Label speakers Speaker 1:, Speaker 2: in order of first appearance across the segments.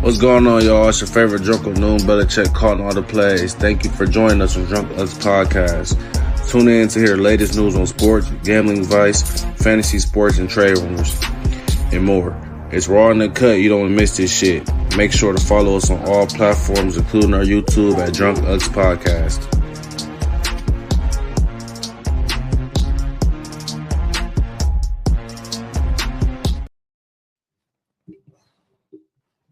Speaker 1: What's going on, y'all? It's your favorite drunk of noon. Better check calling all the plays. Thank you for joining us on Drunk Us Podcast. Tune in to hear latest news on sports, gambling advice, fantasy sports, and trade rumors, and more. It's raw in the cut. You don't wanna miss this shit. Make sure to follow us on all platforms, including our YouTube at Drunk Us Podcast.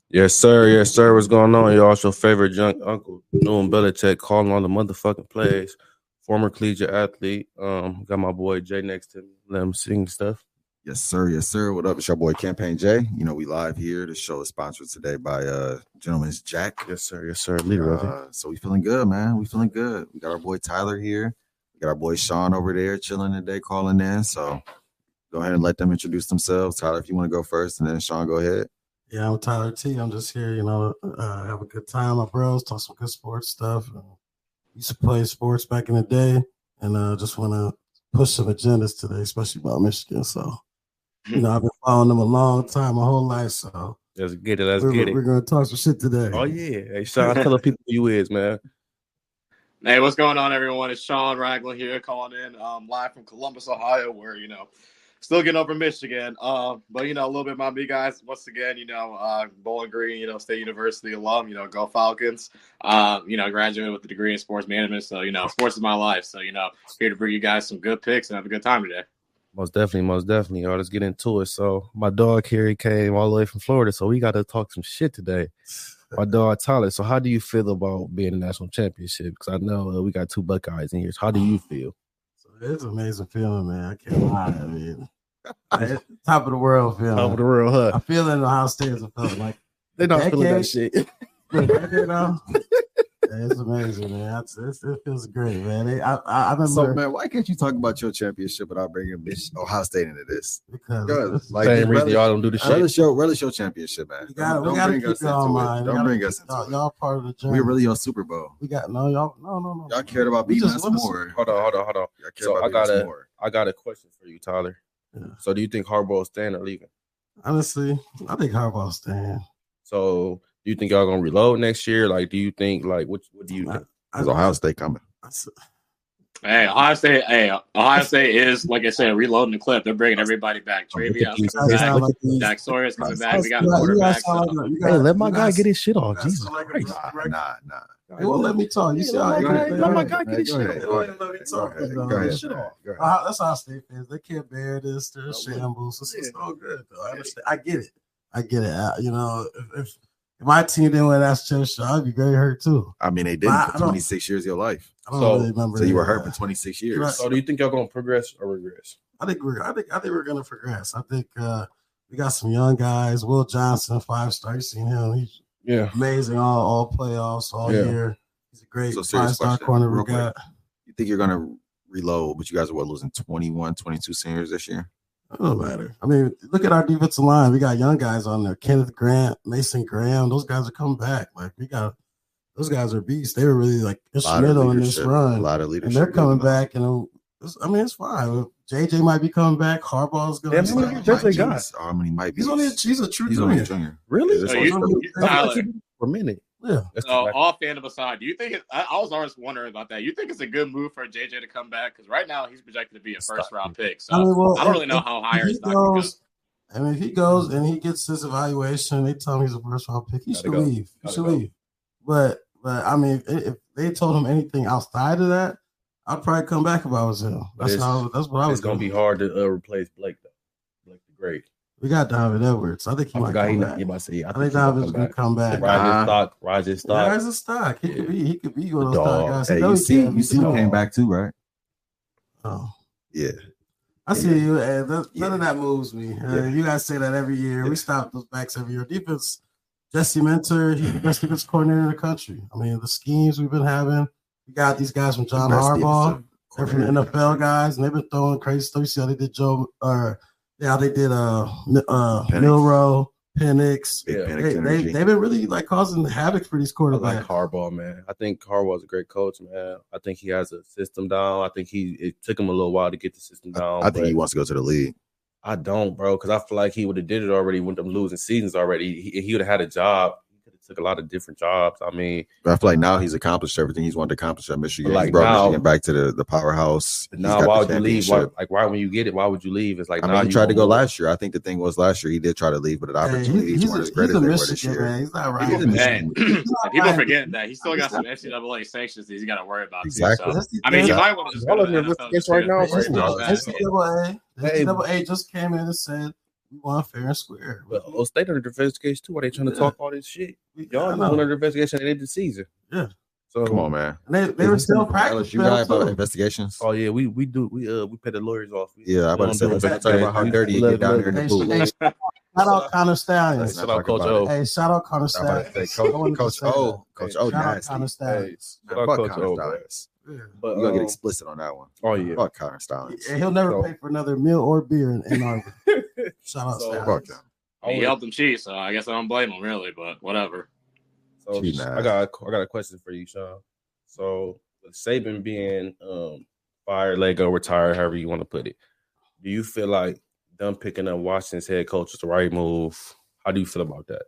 Speaker 1: Yes, sir. Yes, sir. What's going on, y'all? It's your favorite junk uncle, Noam Belichick, calling all the motherfucking plays. Former collegiate athlete. Um, got my boy Jay next to me. Let him sing stuff.
Speaker 2: Yes, sir. Yes, sir. What up? It's your boy Campaign J. You know, we live here. The show is sponsored today by uh gentleman's Jack.
Speaker 1: Yes, sir. Yes, sir. Leader of it.
Speaker 2: Uh, so we feeling good, man. We feeling good. We got our boy Tyler here. We got our boy Sean over there chilling today, calling in. So go ahead and let them introduce themselves. Tyler, if you want to go first, and then Sean, go ahead.
Speaker 3: Yeah, I'm Tyler T. I'm just here, you know, uh, have a good time, my bros, talk some good sports stuff. Uh, used to play sports back in the day, and uh, just want to push some agendas today, especially about Michigan. So, you know, I've been following them a long time, my whole life. So,
Speaker 1: Let's get it. Let's
Speaker 3: we're,
Speaker 1: get it.
Speaker 3: we're gonna talk some shit today.
Speaker 1: Oh yeah. Hey, Sean, tell the people who you is, man.
Speaker 4: Hey, what's going on, everyone? It's Sean Ragland here, calling in um, live from Columbus, Ohio, where you know still getting over Michigan. Uh, but you know a little bit about me, guys. Once again, you know uh, Bowling Green, you know State University alum. You know, go Falcons. Uh, you know, graduated with a degree in sports management, so you know sports is my life. So you know, here to bring you guys some good picks and have a good time today.
Speaker 1: Most definitely, most definitely, y'all. Let's get into it. So my dog here, he came all the way from Florida, so we got to talk some shit today. My dog Tyler. So how do you feel about being a national championship? Because I know uh, we got two Buckeyes in here. So how do you feel?
Speaker 3: So it's an amazing feeling, man. I can't lie. I mean, it's top of the world feeling.
Speaker 1: Over the world, huh?
Speaker 3: I feel in Ohio State as I felt like
Speaker 1: They not
Speaker 3: That
Speaker 1: feeling that
Speaker 3: kid-
Speaker 1: shit.
Speaker 3: you know. Yeah, it's amazing, man. It's, it's, it feels great, man. It, I, I, I remember
Speaker 2: So, man, why can't you talk about your championship without bringing Mich- Ohio State into this?
Speaker 3: because
Speaker 2: Go ahead. Like,
Speaker 1: Same reason
Speaker 2: relish,
Speaker 1: y'all don't do the shit.
Speaker 2: relish your relish your championship, man.
Speaker 3: We gotta,
Speaker 2: Don't-
Speaker 3: we
Speaker 2: don't
Speaker 3: gotta
Speaker 2: bring
Speaker 3: keep
Speaker 2: us
Speaker 3: y'all in
Speaker 2: into it.
Speaker 3: mind. We
Speaker 2: Don't
Speaker 3: gotta
Speaker 2: bring
Speaker 3: keep
Speaker 2: us into
Speaker 3: y'all,
Speaker 2: it.
Speaker 3: y'all part of the journey.
Speaker 2: We're really on Super Bowl.
Speaker 3: we got no, y'all, no, no, no.
Speaker 2: Y'all cared about
Speaker 3: We
Speaker 2: beating us
Speaker 3: just listen.
Speaker 2: more.
Speaker 1: Hold on, hold on, hold on.
Speaker 2: Y'all cared
Speaker 1: So
Speaker 2: about
Speaker 1: I
Speaker 2: beating us
Speaker 1: gotta-
Speaker 2: more.
Speaker 1: I got a question for you, Tyler.
Speaker 3: Yeah.
Speaker 1: So do you think Harbaugh's staying or leaving?
Speaker 3: Honestly, I think Harbaugh staying.
Speaker 1: So do you think y'all gonna reload next year? Like, do you think like what? What do you? Think?
Speaker 3: I,
Speaker 2: Is Ohio State coming?
Speaker 3: I s-
Speaker 4: Hey, Ohio State. Hey, Ohio State is like I said, reloading the clip. They're bringing everybody back. Trivia
Speaker 1: You
Speaker 3: I
Speaker 1: guys
Speaker 4: back.
Speaker 3: sound like these-
Speaker 4: Jack Sawyer's coming
Speaker 3: you
Speaker 4: back.
Speaker 3: guys
Speaker 4: We got a
Speaker 3: sound like- you
Speaker 4: quarterback.
Speaker 3: guys sound
Speaker 4: So.
Speaker 3: like- you
Speaker 1: Hey,
Speaker 3: guys-
Speaker 1: let my
Speaker 3: you
Speaker 1: guy
Speaker 3: guys-
Speaker 1: get his shit off.
Speaker 3: that's
Speaker 1: Jesus
Speaker 3: like a-
Speaker 1: Christ.
Speaker 2: Nah,
Speaker 3: Right.
Speaker 2: nah, nah.
Speaker 3: They won't let me talk. You
Speaker 1: Hey,
Speaker 3: see
Speaker 1: let
Speaker 3: how
Speaker 1: my
Speaker 3: you
Speaker 1: guy-
Speaker 3: they-
Speaker 1: let my
Speaker 3: they-
Speaker 1: guy get his
Speaker 2: Go
Speaker 1: shit
Speaker 2: ahead,
Speaker 1: off.
Speaker 3: They won't let me
Speaker 2: Go
Speaker 3: talk.
Speaker 2: ahead,
Speaker 3: though.
Speaker 2: go ahead,
Speaker 3: Shit
Speaker 2: go
Speaker 3: off.
Speaker 2: ahead, go ahead.
Speaker 3: Ohio- That's Ohio State fans. They can't bear this. They're shambles. It's, it's all good though. I understand. I get it. I get it. I, you know, if, if my team didn't win that championship, I'd be very hurt too.
Speaker 2: I mean, they didn't
Speaker 3: Nah, I
Speaker 2: for
Speaker 3: don't-
Speaker 2: 26 years of your life.
Speaker 3: I don't
Speaker 1: So-
Speaker 3: really remember.
Speaker 2: So you were
Speaker 3: that.
Speaker 2: hurt for 26 years.
Speaker 3: Right.
Speaker 1: So do you think y'all gonna progress or regress?
Speaker 3: I think we're I think I think we're gonna progress. I think uh we got some young guys. Will Johnson, five star. You seen him? He's
Speaker 1: Yeah.
Speaker 3: amazing all all playoffs all
Speaker 1: Yeah.
Speaker 3: year. He's a great
Speaker 2: So serious
Speaker 3: five star
Speaker 2: question,
Speaker 3: corner we
Speaker 2: real quick.
Speaker 3: got.
Speaker 2: You think you're going to reload, but you guys are what, losing 21, 22 seniors this year?
Speaker 3: It don't matter. I mean, look at our defensive line. We got young guys on there. Kenneth Grant, Mason Graham. Those guys are coming back. Like we got those guys are beasts. They were really like instrumental in this
Speaker 2: A
Speaker 3: run.
Speaker 2: lot of leadership.
Speaker 3: and they're coming
Speaker 2: going on.
Speaker 3: back. And it's, I mean, it's fine. JJ might be coming back. Harbaugh's gonna.
Speaker 1: Damn,
Speaker 3: be
Speaker 1: how many
Speaker 3: back.
Speaker 1: years JJ got?
Speaker 2: How many might be?
Speaker 3: He's only a, he's a true
Speaker 2: He's only a
Speaker 3: junior.
Speaker 2: junior.
Speaker 1: Really?
Speaker 2: This
Speaker 4: So
Speaker 2: one's
Speaker 4: Oh, you-
Speaker 2: still-
Speaker 3: you-
Speaker 1: I thought
Speaker 4: Tyler.
Speaker 1: you- For a minute.
Speaker 3: Yeah.
Speaker 1: That's
Speaker 4: So
Speaker 1: too bad.
Speaker 4: off random aside, do you think it, I, I was always wondering about that? You think it's a good move for JJ to come back because right now he's projected to be a
Speaker 1: Stop.
Speaker 4: first round pick. So
Speaker 3: I mean, well,
Speaker 4: I don't
Speaker 3: if-
Speaker 4: really know how
Speaker 3: if
Speaker 4: higher
Speaker 3: he
Speaker 4: his stock could go.
Speaker 3: goes, I mean, if he goes and he gets his evaluation, they tell him he's a first round pick. He
Speaker 1: Gotta
Speaker 3: should
Speaker 1: go.
Speaker 3: leave. He
Speaker 1: Gotta
Speaker 3: should
Speaker 1: go.
Speaker 3: leave. But but I mean, if, if they told him anything outside of that, I'd probably come back if I was him.
Speaker 1: But
Speaker 3: That's
Speaker 1: it's-
Speaker 3: how. That's what I was
Speaker 1: it's gonna
Speaker 3: going
Speaker 1: be hard to uh, replace Blake though. Blake the Great.
Speaker 3: We got Donovan Edwards. I think he
Speaker 1: I
Speaker 3: might
Speaker 1: forgot he
Speaker 3: come
Speaker 1: not.
Speaker 3: back.
Speaker 1: You about to say? Oh I
Speaker 3: I
Speaker 1: think
Speaker 3: think
Speaker 1: he might
Speaker 3: Donovan's
Speaker 1: come
Speaker 3: gonna
Speaker 1: back.
Speaker 3: come back.
Speaker 2: Right.
Speaker 1: Roger
Speaker 2: Nah.
Speaker 1: Stock. Roger Stock.
Speaker 3: There's a stock. He could
Speaker 1: Yeah.
Speaker 3: be. He could be one of those
Speaker 1: Dog.
Speaker 3: stock guys.
Speaker 2: Hey,
Speaker 3: No,
Speaker 2: you
Speaker 3: he
Speaker 2: see,
Speaker 3: can't.
Speaker 2: you see,
Speaker 3: No.
Speaker 2: who came back too, right?
Speaker 3: Oh.
Speaker 2: Yeah.
Speaker 3: I see you. And that,
Speaker 2: Yeah.
Speaker 3: None of that moves me. Uh,
Speaker 2: Yeah.
Speaker 3: You guys say that every year.
Speaker 2: Yeah.
Speaker 3: We stop those backs every year. Defense, Jesse Mentor, he's the best defense coordinator in the country. I mean, the schemes we've been having. We got these guys from John
Speaker 2: Best
Speaker 3: Harbaugh.
Speaker 2: defensive
Speaker 3: They're from
Speaker 2: coordinator.
Speaker 3: NFL guys, and they've been throwing crazy stuff. You see how they did Joe, or yeah, how they did uh, Mi- uh
Speaker 2: Penix.
Speaker 3: Milrow, Penix.
Speaker 2: Big
Speaker 1: Yeah.
Speaker 2: panic
Speaker 3: They, they,
Speaker 2: energy.
Speaker 3: they've been really like causing havoc for these
Speaker 1: I
Speaker 3: quarterbacks.
Speaker 1: like Harbaugh, man. I think Harbaugh's a great coach, man. I think he has a system down. I think he it took him a little while to get the system down.
Speaker 2: I think
Speaker 1: but
Speaker 2: he wants to go to the league.
Speaker 1: I don't, bro, because I feel like he would have did it already with them losing seasons already. He, he would have had a job. He could have took a lot of different jobs. I mean,
Speaker 2: But I feel like now he's accomplished everything he's wanted to accomplish at Michigan.
Speaker 1: Like
Speaker 2: he brought
Speaker 1: now-
Speaker 2: Michigan back to the, the powerhouse. He's got
Speaker 1: now
Speaker 2: the
Speaker 1: why would you leave? Why,
Speaker 2: championship.
Speaker 1: like, why when you get it, why would you leave? It's like
Speaker 2: I
Speaker 1: nah,
Speaker 2: mean, he
Speaker 1: you
Speaker 2: tried to
Speaker 1: gonna-
Speaker 2: go last year. I think the thing was last year he did try to leave, but the
Speaker 3: Hey, he-
Speaker 2: opportunities
Speaker 3: he's, a,
Speaker 2: weren't as
Speaker 3: he's
Speaker 2: great
Speaker 3: a
Speaker 2: as they were this
Speaker 3: Michigan
Speaker 2: year.
Speaker 3: man. He's not
Speaker 2: He's a
Speaker 3: right.
Speaker 4: Man, and people
Speaker 3: Right.
Speaker 4: forget that he's still got some NCAA sanctions that he's got to worry about.
Speaker 2: Exactly.
Speaker 4: Too, so. I mean, you
Speaker 2: Exactly.
Speaker 4: might want to just go
Speaker 1: Y'all
Speaker 4: to
Speaker 1: are
Speaker 4: the
Speaker 1: nervous
Speaker 4: NFL
Speaker 1: against
Speaker 4: just
Speaker 1: right now,
Speaker 4: because
Speaker 1: right?
Speaker 4: it's so bad.
Speaker 3: That's NCAA.
Speaker 1: Hey.
Speaker 3: NCAA just came in and said we want fair and square.
Speaker 1: But Ohio State under investigation too. Why they trying to
Speaker 3: Yeah.
Speaker 1: talk all this shit?
Speaker 3: We-
Speaker 1: Y'all
Speaker 3: I
Speaker 1: just
Speaker 3: know.
Speaker 1: went under investigation at the end of the season.
Speaker 3: Yeah.
Speaker 1: So
Speaker 2: Come on, man.
Speaker 3: And they, they were still
Speaker 2: You
Speaker 3: practicing.
Speaker 2: guy
Speaker 3: film,
Speaker 2: about
Speaker 3: too.
Speaker 2: investigations?
Speaker 1: Oh yeah, we we do we uh we pay the lawyers off. We-
Speaker 2: Yeah, I'm about
Speaker 1: we
Speaker 2: to say,
Speaker 1: don't
Speaker 2: let's
Speaker 1: do
Speaker 2: not talk about how dirty you get down here in
Speaker 3: Hey,
Speaker 2: the
Speaker 3: hey,
Speaker 2: pool.
Speaker 3: shout out Connor
Speaker 2: Let's
Speaker 3: Stallions.
Speaker 2: not
Speaker 1: Shout out
Speaker 2: talk
Speaker 1: Coach
Speaker 2: about it.
Speaker 1: O.
Speaker 3: Hey, shout out Connor
Speaker 2: I'm about to
Speaker 3: Stallions.
Speaker 2: say,
Speaker 3: I
Speaker 2: Coach,
Speaker 3: wanted to
Speaker 2: Coach
Speaker 3: say that.
Speaker 2: O, Coach O,
Speaker 3: Shout out
Speaker 2: nasty.
Speaker 3: Connor Stallions.
Speaker 2: Nah,
Speaker 1: Fuck
Speaker 2: fuck
Speaker 1: Coach
Speaker 2: Connor
Speaker 1: O,
Speaker 2: Stallings.
Speaker 3: Yeah.
Speaker 1: But,
Speaker 2: We're gonna get
Speaker 1: um,
Speaker 2: explicit on that one.
Speaker 4: uh,
Speaker 1: Oh yeah.
Speaker 2: Fuck Connor Stallings.
Speaker 3: And he'll never
Speaker 1: So-
Speaker 3: pay for another meal or beer in Ann Arbor. Shout out
Speaker 1: So-
Speaker 2: Fuck
Speaker 3: Stallions.
Speaker 2: him.
Speaker 4: I mean, he helped them cheat, so I guess I don't blame him really. But whatever.
Speaker 1: So
Speaker 2: Cheating
Speaker 1: I
Speaker 2: ass.
Speaker 1: got a- I got a question for you, Sean. So with Saban being um fired, let go, retired, however you want to put it. Do you feel like them picking up Washington's head coach is the right move? How do you feel about that?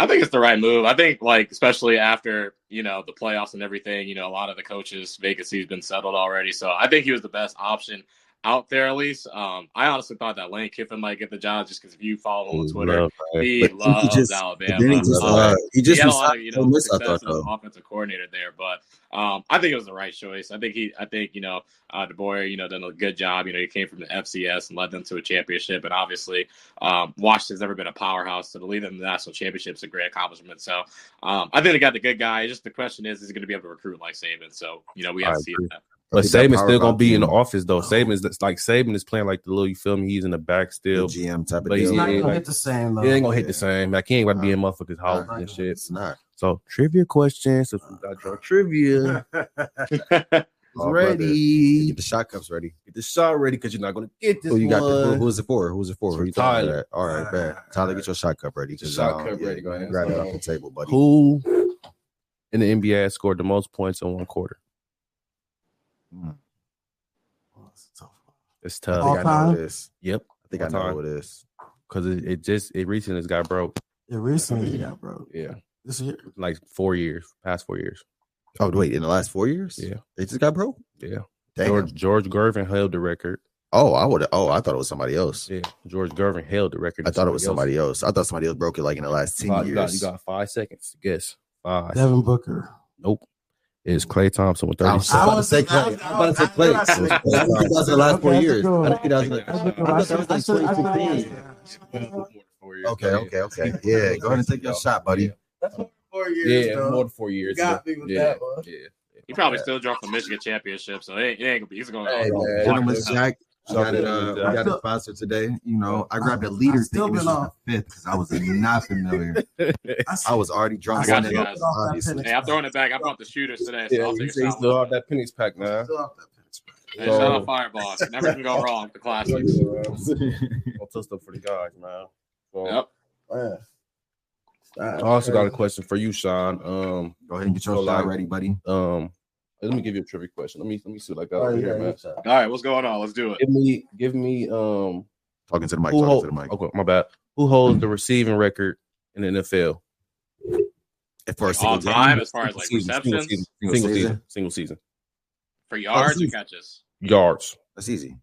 Speaker 4: I think it's the right move. I think, like, especially after you know the playoffs and everything, you know, a lot of the coaches' vacancies been settled already. So I think he was the best option out there, at least. Um, I honestly thought that Lane Kiffin might get the job just because if you follow
Speaker 2: Mm,
Speaker 4: him on Twitter,
Speaker 1: Love, man.
Speaker 4: he
Speaker 2: But then he
Speaker 4: loves
Speaker 2: just-
Speaker 4: Alabama.
Speaker 2: But then he just,
Speaker 4: Um,
Speaker 2: uh, he just
Speaker 4: he had a lot of
Speaker 2: resigned
Speaker 4: you
Speaker 2: from
Speaker 4: know
Speaker 2: this, I
Speaker 4: success
Speaker 2: thought,
Speaker 4: as an
Speaker 2: though.
Speaker 4: offensive coordinator there, but um, I think it was the right choice. I think he, I think you know, uh, DeBoer, you know, done a good job. You know, he came from the FCS and led them to a championship, and obviously, um, Washington's never been a powerhouse, so to lead them to the national championship is a great accomplishment. So, um, I think they got the good guy. Just the question is, is he going to be able to recruit like Saban? So, you know, we have
Speaker 1: I
Speaker 4: to see
Speaker 1: agree.
Speaker 4: that.
Speaker 1: But
Speaker 2: I think that
Speaker 1: Saban's still gonna
Speaker 2: powerhouse
Speaker 1: be in the
Speaker 2: team,
Speaker 1: office though. Saban's that's like Saban is playing like the little you feel me. He's in the back
Speaker 2: the
Speaker 1: still.
Speaker 2: GM type of
Speaker 1: But
Speaker 2: deal.
Speaker 3: He's not
Speaker 1: Yeah,
Speaker 3: gonna
Speaker 1: like-
Speaker 3: hit the same though.
Speaker 1: He ain't gonna hit
Speaker 2: yeah.
Speaker 1: the same. Like he ain't gonna be
Speaker 2: Nah.
Speaker 1: in motherfuckers' house
Speaker 2: Nah.
Speaker 1: and shit.
Speaker 2: It's not.
Speaker 1: So trivia questions. So we got your trivia
Speaker 2: Oh, brother.
Speaker 1: ready.
Speaker 2: Get the shot cups ready.
Speaker 1: Get the shot ready because you're not gonna get this
Speaker 2: Who you got? The, who,
Speaker 1: one.
Speaker 2: who's it for? Who's it for? Who you talking
Speaker 1: Tyler.
Speaker 2: about? All right, bad. Tyler, get your shot cup ready.
Speaker 1: Get your
Speaker 2: 'cause,
Speaker 1: shot
Speaker 2: um,
Speaker 1: cup ready, go ahead.
Speaker 2: Grab it
Speaker 1: So-
Speaker 2: off the table, buddy.
Speaker 1: Who in the NBA has scored the most points in one quarter?
Speaker 2: Mm,
Speaker 3: Oh,
Speaker 1: It's
Speaker 2: I
Speaker 1: tough.
Speaker 3: All
Speaker 2: think I know
Speaker 3: time?
Speaker 2: who it is.
Speaker 1: Yep,
Speaker 2: I think I know who it is.
Speaker 1: because it, it just it recently just got broke.
Speaker 3: It recently yeah, bro.
Speaker 1: Yeah,
Speaker 3: This year.
Speaker 1: like four years, past four years.
Speaker 2: Oh wait, in the last four years,
Speaker 1: Yeah.
Speaker 2: they just got broke.
Speaker 1: Yeah,
Speaker 2: Damn.
Speaker 1: George George Gervin held the record.
Speaker 2: Oh, I would. Oh, I thought it was somebody else.
Speaker 1: Yeah, George Gervin held the record.
Speaker 2: I thought it was somebody else. I thought somebody else broke it like in the last ten
Speaker 1: You got, you, got,
Speaker 2: years.
Speaker 1: you got five seconds. to Guess five.
Speaker 3: Devin Booker.
Speaker 1: Nope. It's Clay Thompson with thirty.
Speaker 2: I was about to say Clay. I
Speaker 3: I
Speaker 2: was about to say
Speaker 3: was- I-
Speaker 2: Clay.
Speaker 3: I- I-
Speaker 2: I think that was the last four
Speaker 3: Okay,
Speaker 2: years.
Speaker 3: that's a good
Speaker 2: I think
Speaker 3: one.
Speaker 2: that was like-
Speaker 4: That's
Speaker 2: I
Speaker 4: a good
Speaker 2: thought that was like 2015. Okay, okay, okay. Yeah, go ahead and take your shot, buddy.
Speaker 3: Four
Speaker 1: Yeah, more than four years.
Speaker 3: got me with
Speaker 1: yeah,
Speaker 3: that one.
Speaker 1: Yeah.
Speaker 4: He probably still drunk the Michigan championship, so it ain't, it ain't gonna be. He's gonna.
Speaker 1: Hey, man.
Speaker 2: Gentlemen,
Speaker 1: Fuck
Speaker 2: Jack. We got, it, uh,
Speaker 1: Gentlemen
Speaker 2: we
Speaker 1: Jack.
Speaker 2: got a sponsor today. You know, I grabbed a
Speaker 3: I
Speaker 2: leader
Speaker 3: still
Speaker 2: thinking this was
Speaker 3: been
Speaker 2: the fifth because I was not familiar. I was already drunk.
Speaker 3: I got
Speaker 2: on
Speaker 4: you
Speaker 2: it,
Speaker 4: guys.
Speaker 2: Obviously.
Speaker 4: Hey, I'm throwing it back. I brought the shooters today, so
Speaker 1: Yeah,
Speaker 4: I'll
Speaker 1: you
Speaker 4: take
Speaker 1: say
Speaker 4: a
Speaker 1: you
Speaker 4: shot.
Speaker 1: still have that pennies pack, man.
Speaker 4: Hey,
Speaker 1: So-
Speaker 4: shout out Fireball. Never can go wrong. with The classic.
Speaker 1: I'll toast up for the guys, man. So,
Speaker 4: Yep.
Speaker 1: I also got a question for you, Sean. Um,
Speaker 2: Go ahead and get your
Speaker 1: So,
Speaker 2: shot
Speaker 1: like-
Speaker 2: ready, buddy.
Speaker 1: um, let me give you a trivia question. Let me let me see what I got
Speaker 3: Oh,
Speaker 1: over here, man.
Speaker 4: All right, what's going on? Let's do it.
Speaker 1: Give me give me um
Speaker 2: Talking to the mic.
Speaker 1: who
Speaker 2: Talking to
Speaker 1: hold,
Speaker 2: the mic.
Speaker 1: okay, my bad. Who holds the receiving record in the NFL?
Speaker 2: At first,
Speaker 4: All
Speaker 2: single
Speaker 4: time,
Speaker 2: game.
Speaker 4: as far as like
Speaker 1: single
Speaker 4: receptions
Speaker 1: season, single
Speaker 2: Single
Speaker 1: season,
Speaker 2: season.
Speaker 1: single season,
Speaker 4: for yards or
Speaker 2: season.
Speaker 4: catches.
Speaker 1: yards.
Speaker 2: That's easy.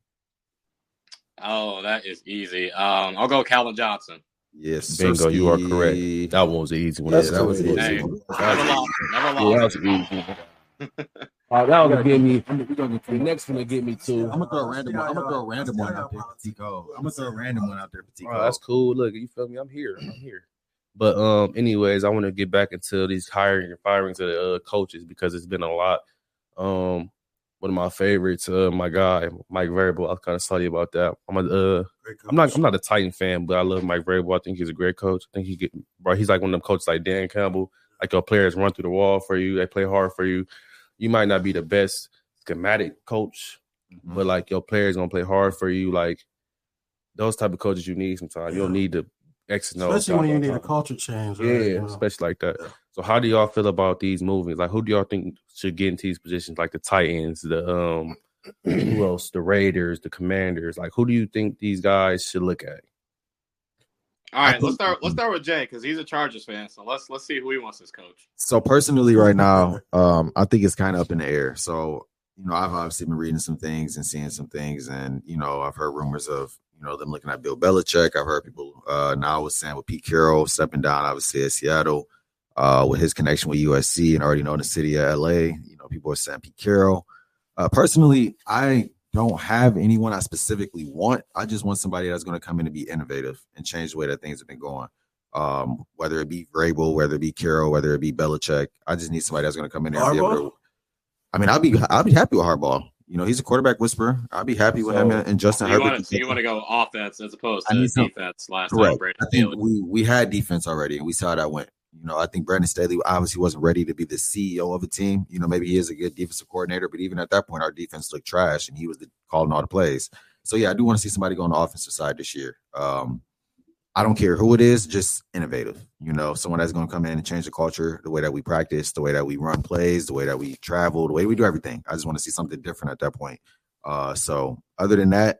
Speaker 4: Oh, that is easy. Um, I'll go Calvin Johnson.
Speaker 2: Yes.
Speaker 1: Bingo, you are
Speaker 2: Sirski.
Speaker 1: correct. That one was an easy one.
Speaker 2: Yeah,
Speaker 3: That's
Speaker 2: that was
Speaker 3: cool.
Speaker 2: easy.
Speaker 4: Hey,
Speaker 2: That
Speaker 4: Never
Speaker 2: was
Speaker 4: lost. Never
Speaker 1: Yeah, that was
Speaker 4: lost.
Speaker 1: an easy. one. All right, that was gonna give me. The next one to give me two.
Speaker 2: I'm gonna throw a random one. I'm gonna throw a random one out there, Tico. I'm gonna throw a random one out there, Tico.
Speaker 1: Oh, that's cool. Look, you feel me? I'm here. I'm here. But um, anyways, I want to get back into these hiring and firings of the uh, coaches because it's been a lot. Um, one of my favorites, uh, my guy Mike Variable. I was kind of sorry about that. I'm a, uh, I'm not I'm not a Titan fan, but I love Mike Variable. I think he's a great coach. I think he get bro. He's like one of them coaches like Dan Campbell. Like your players run through the wall for you. They play hard for you. You might not be the best schematic coach,
Speaker 3: Mm-hmm.
Speaker 2: Mhm.
Speaker 1: but like your players gonna play hard for you. Like those type of coaches you need sometimes. You don't need the X and O's.
Speaker 3: Especially when you need a culture change.
Speaker 1: Yeah,
Speaker 3: right? You know.
Speaker 1: especially like that.
Speaker 2: Yeah.
Speaker 1: So how do y'all feel about these movies? Like who do y'all think should get into these positions? Like the Titans, the um who else? The Raiders, the Commanders. Like, who do you think these guys should look at?
Speaker 4: All right, let's start. Let's start with Jay because he's a Chargers fan. So let's let's see who he wants as coach.
Speaker 2: So personally, right now, um, I think it's kind of up in the air. So you know, I've obviously been reading some things and seeing some things, and you know, I've heard rumors of you know them looking at Bill Belichick. I've heard people uh, now was saying with Pete Carroll stepping down, obviously at Seattle, uh, with his connection with USC and already knowing the city of LA. You know, people are saying Pete Carroll. Uh, personally, I don't have anyone I specifically want. I just want somebody that's going to come in and be innovative and change the way that things have been going. Um, whether it be Vrabel, whether it be Carroll, whether it be Belichick, I just need somebody that's going to come in there. And be able
Speaker 3: Harbaugh?
Speaker 2: to, I mean, I'll be I'll be happy with Harbaugh. You know, he's a quarterback whisperer. I'll be happy with
Speaker 1: So-
Speaker 2: him and, and Justin
Speaker 4: So you
Speaker 2: Herbert.
Speaker 4: want to you want to go offense as opposed
Speaker 2: I
Speaker 4: to
Speaker 2: need some-
Speaker 4: defense last
Speaker 2: Correct.
Speaker 4: time Brady
Speaker 2: I
Speaker 4: failed.
Speaker 2: think we we had defense already, and we saw how that went. You know, I think Brandon Staley obviously wasn't ready to be the CEO of a team. You know, maybe he is a good defensive coordinator, but even at that point, our defense looked trash, and he was the, calling all the plays. So yeah, I do want to see somebody go on the offensive side this year. Um, I don't care who it is, just innovative. You know, someone that's going to come in and change the culture, the way that we practice, the way that we run plays, the way that we travel, the way we do everything. I just want to see something different at that point. Uh, so other than that,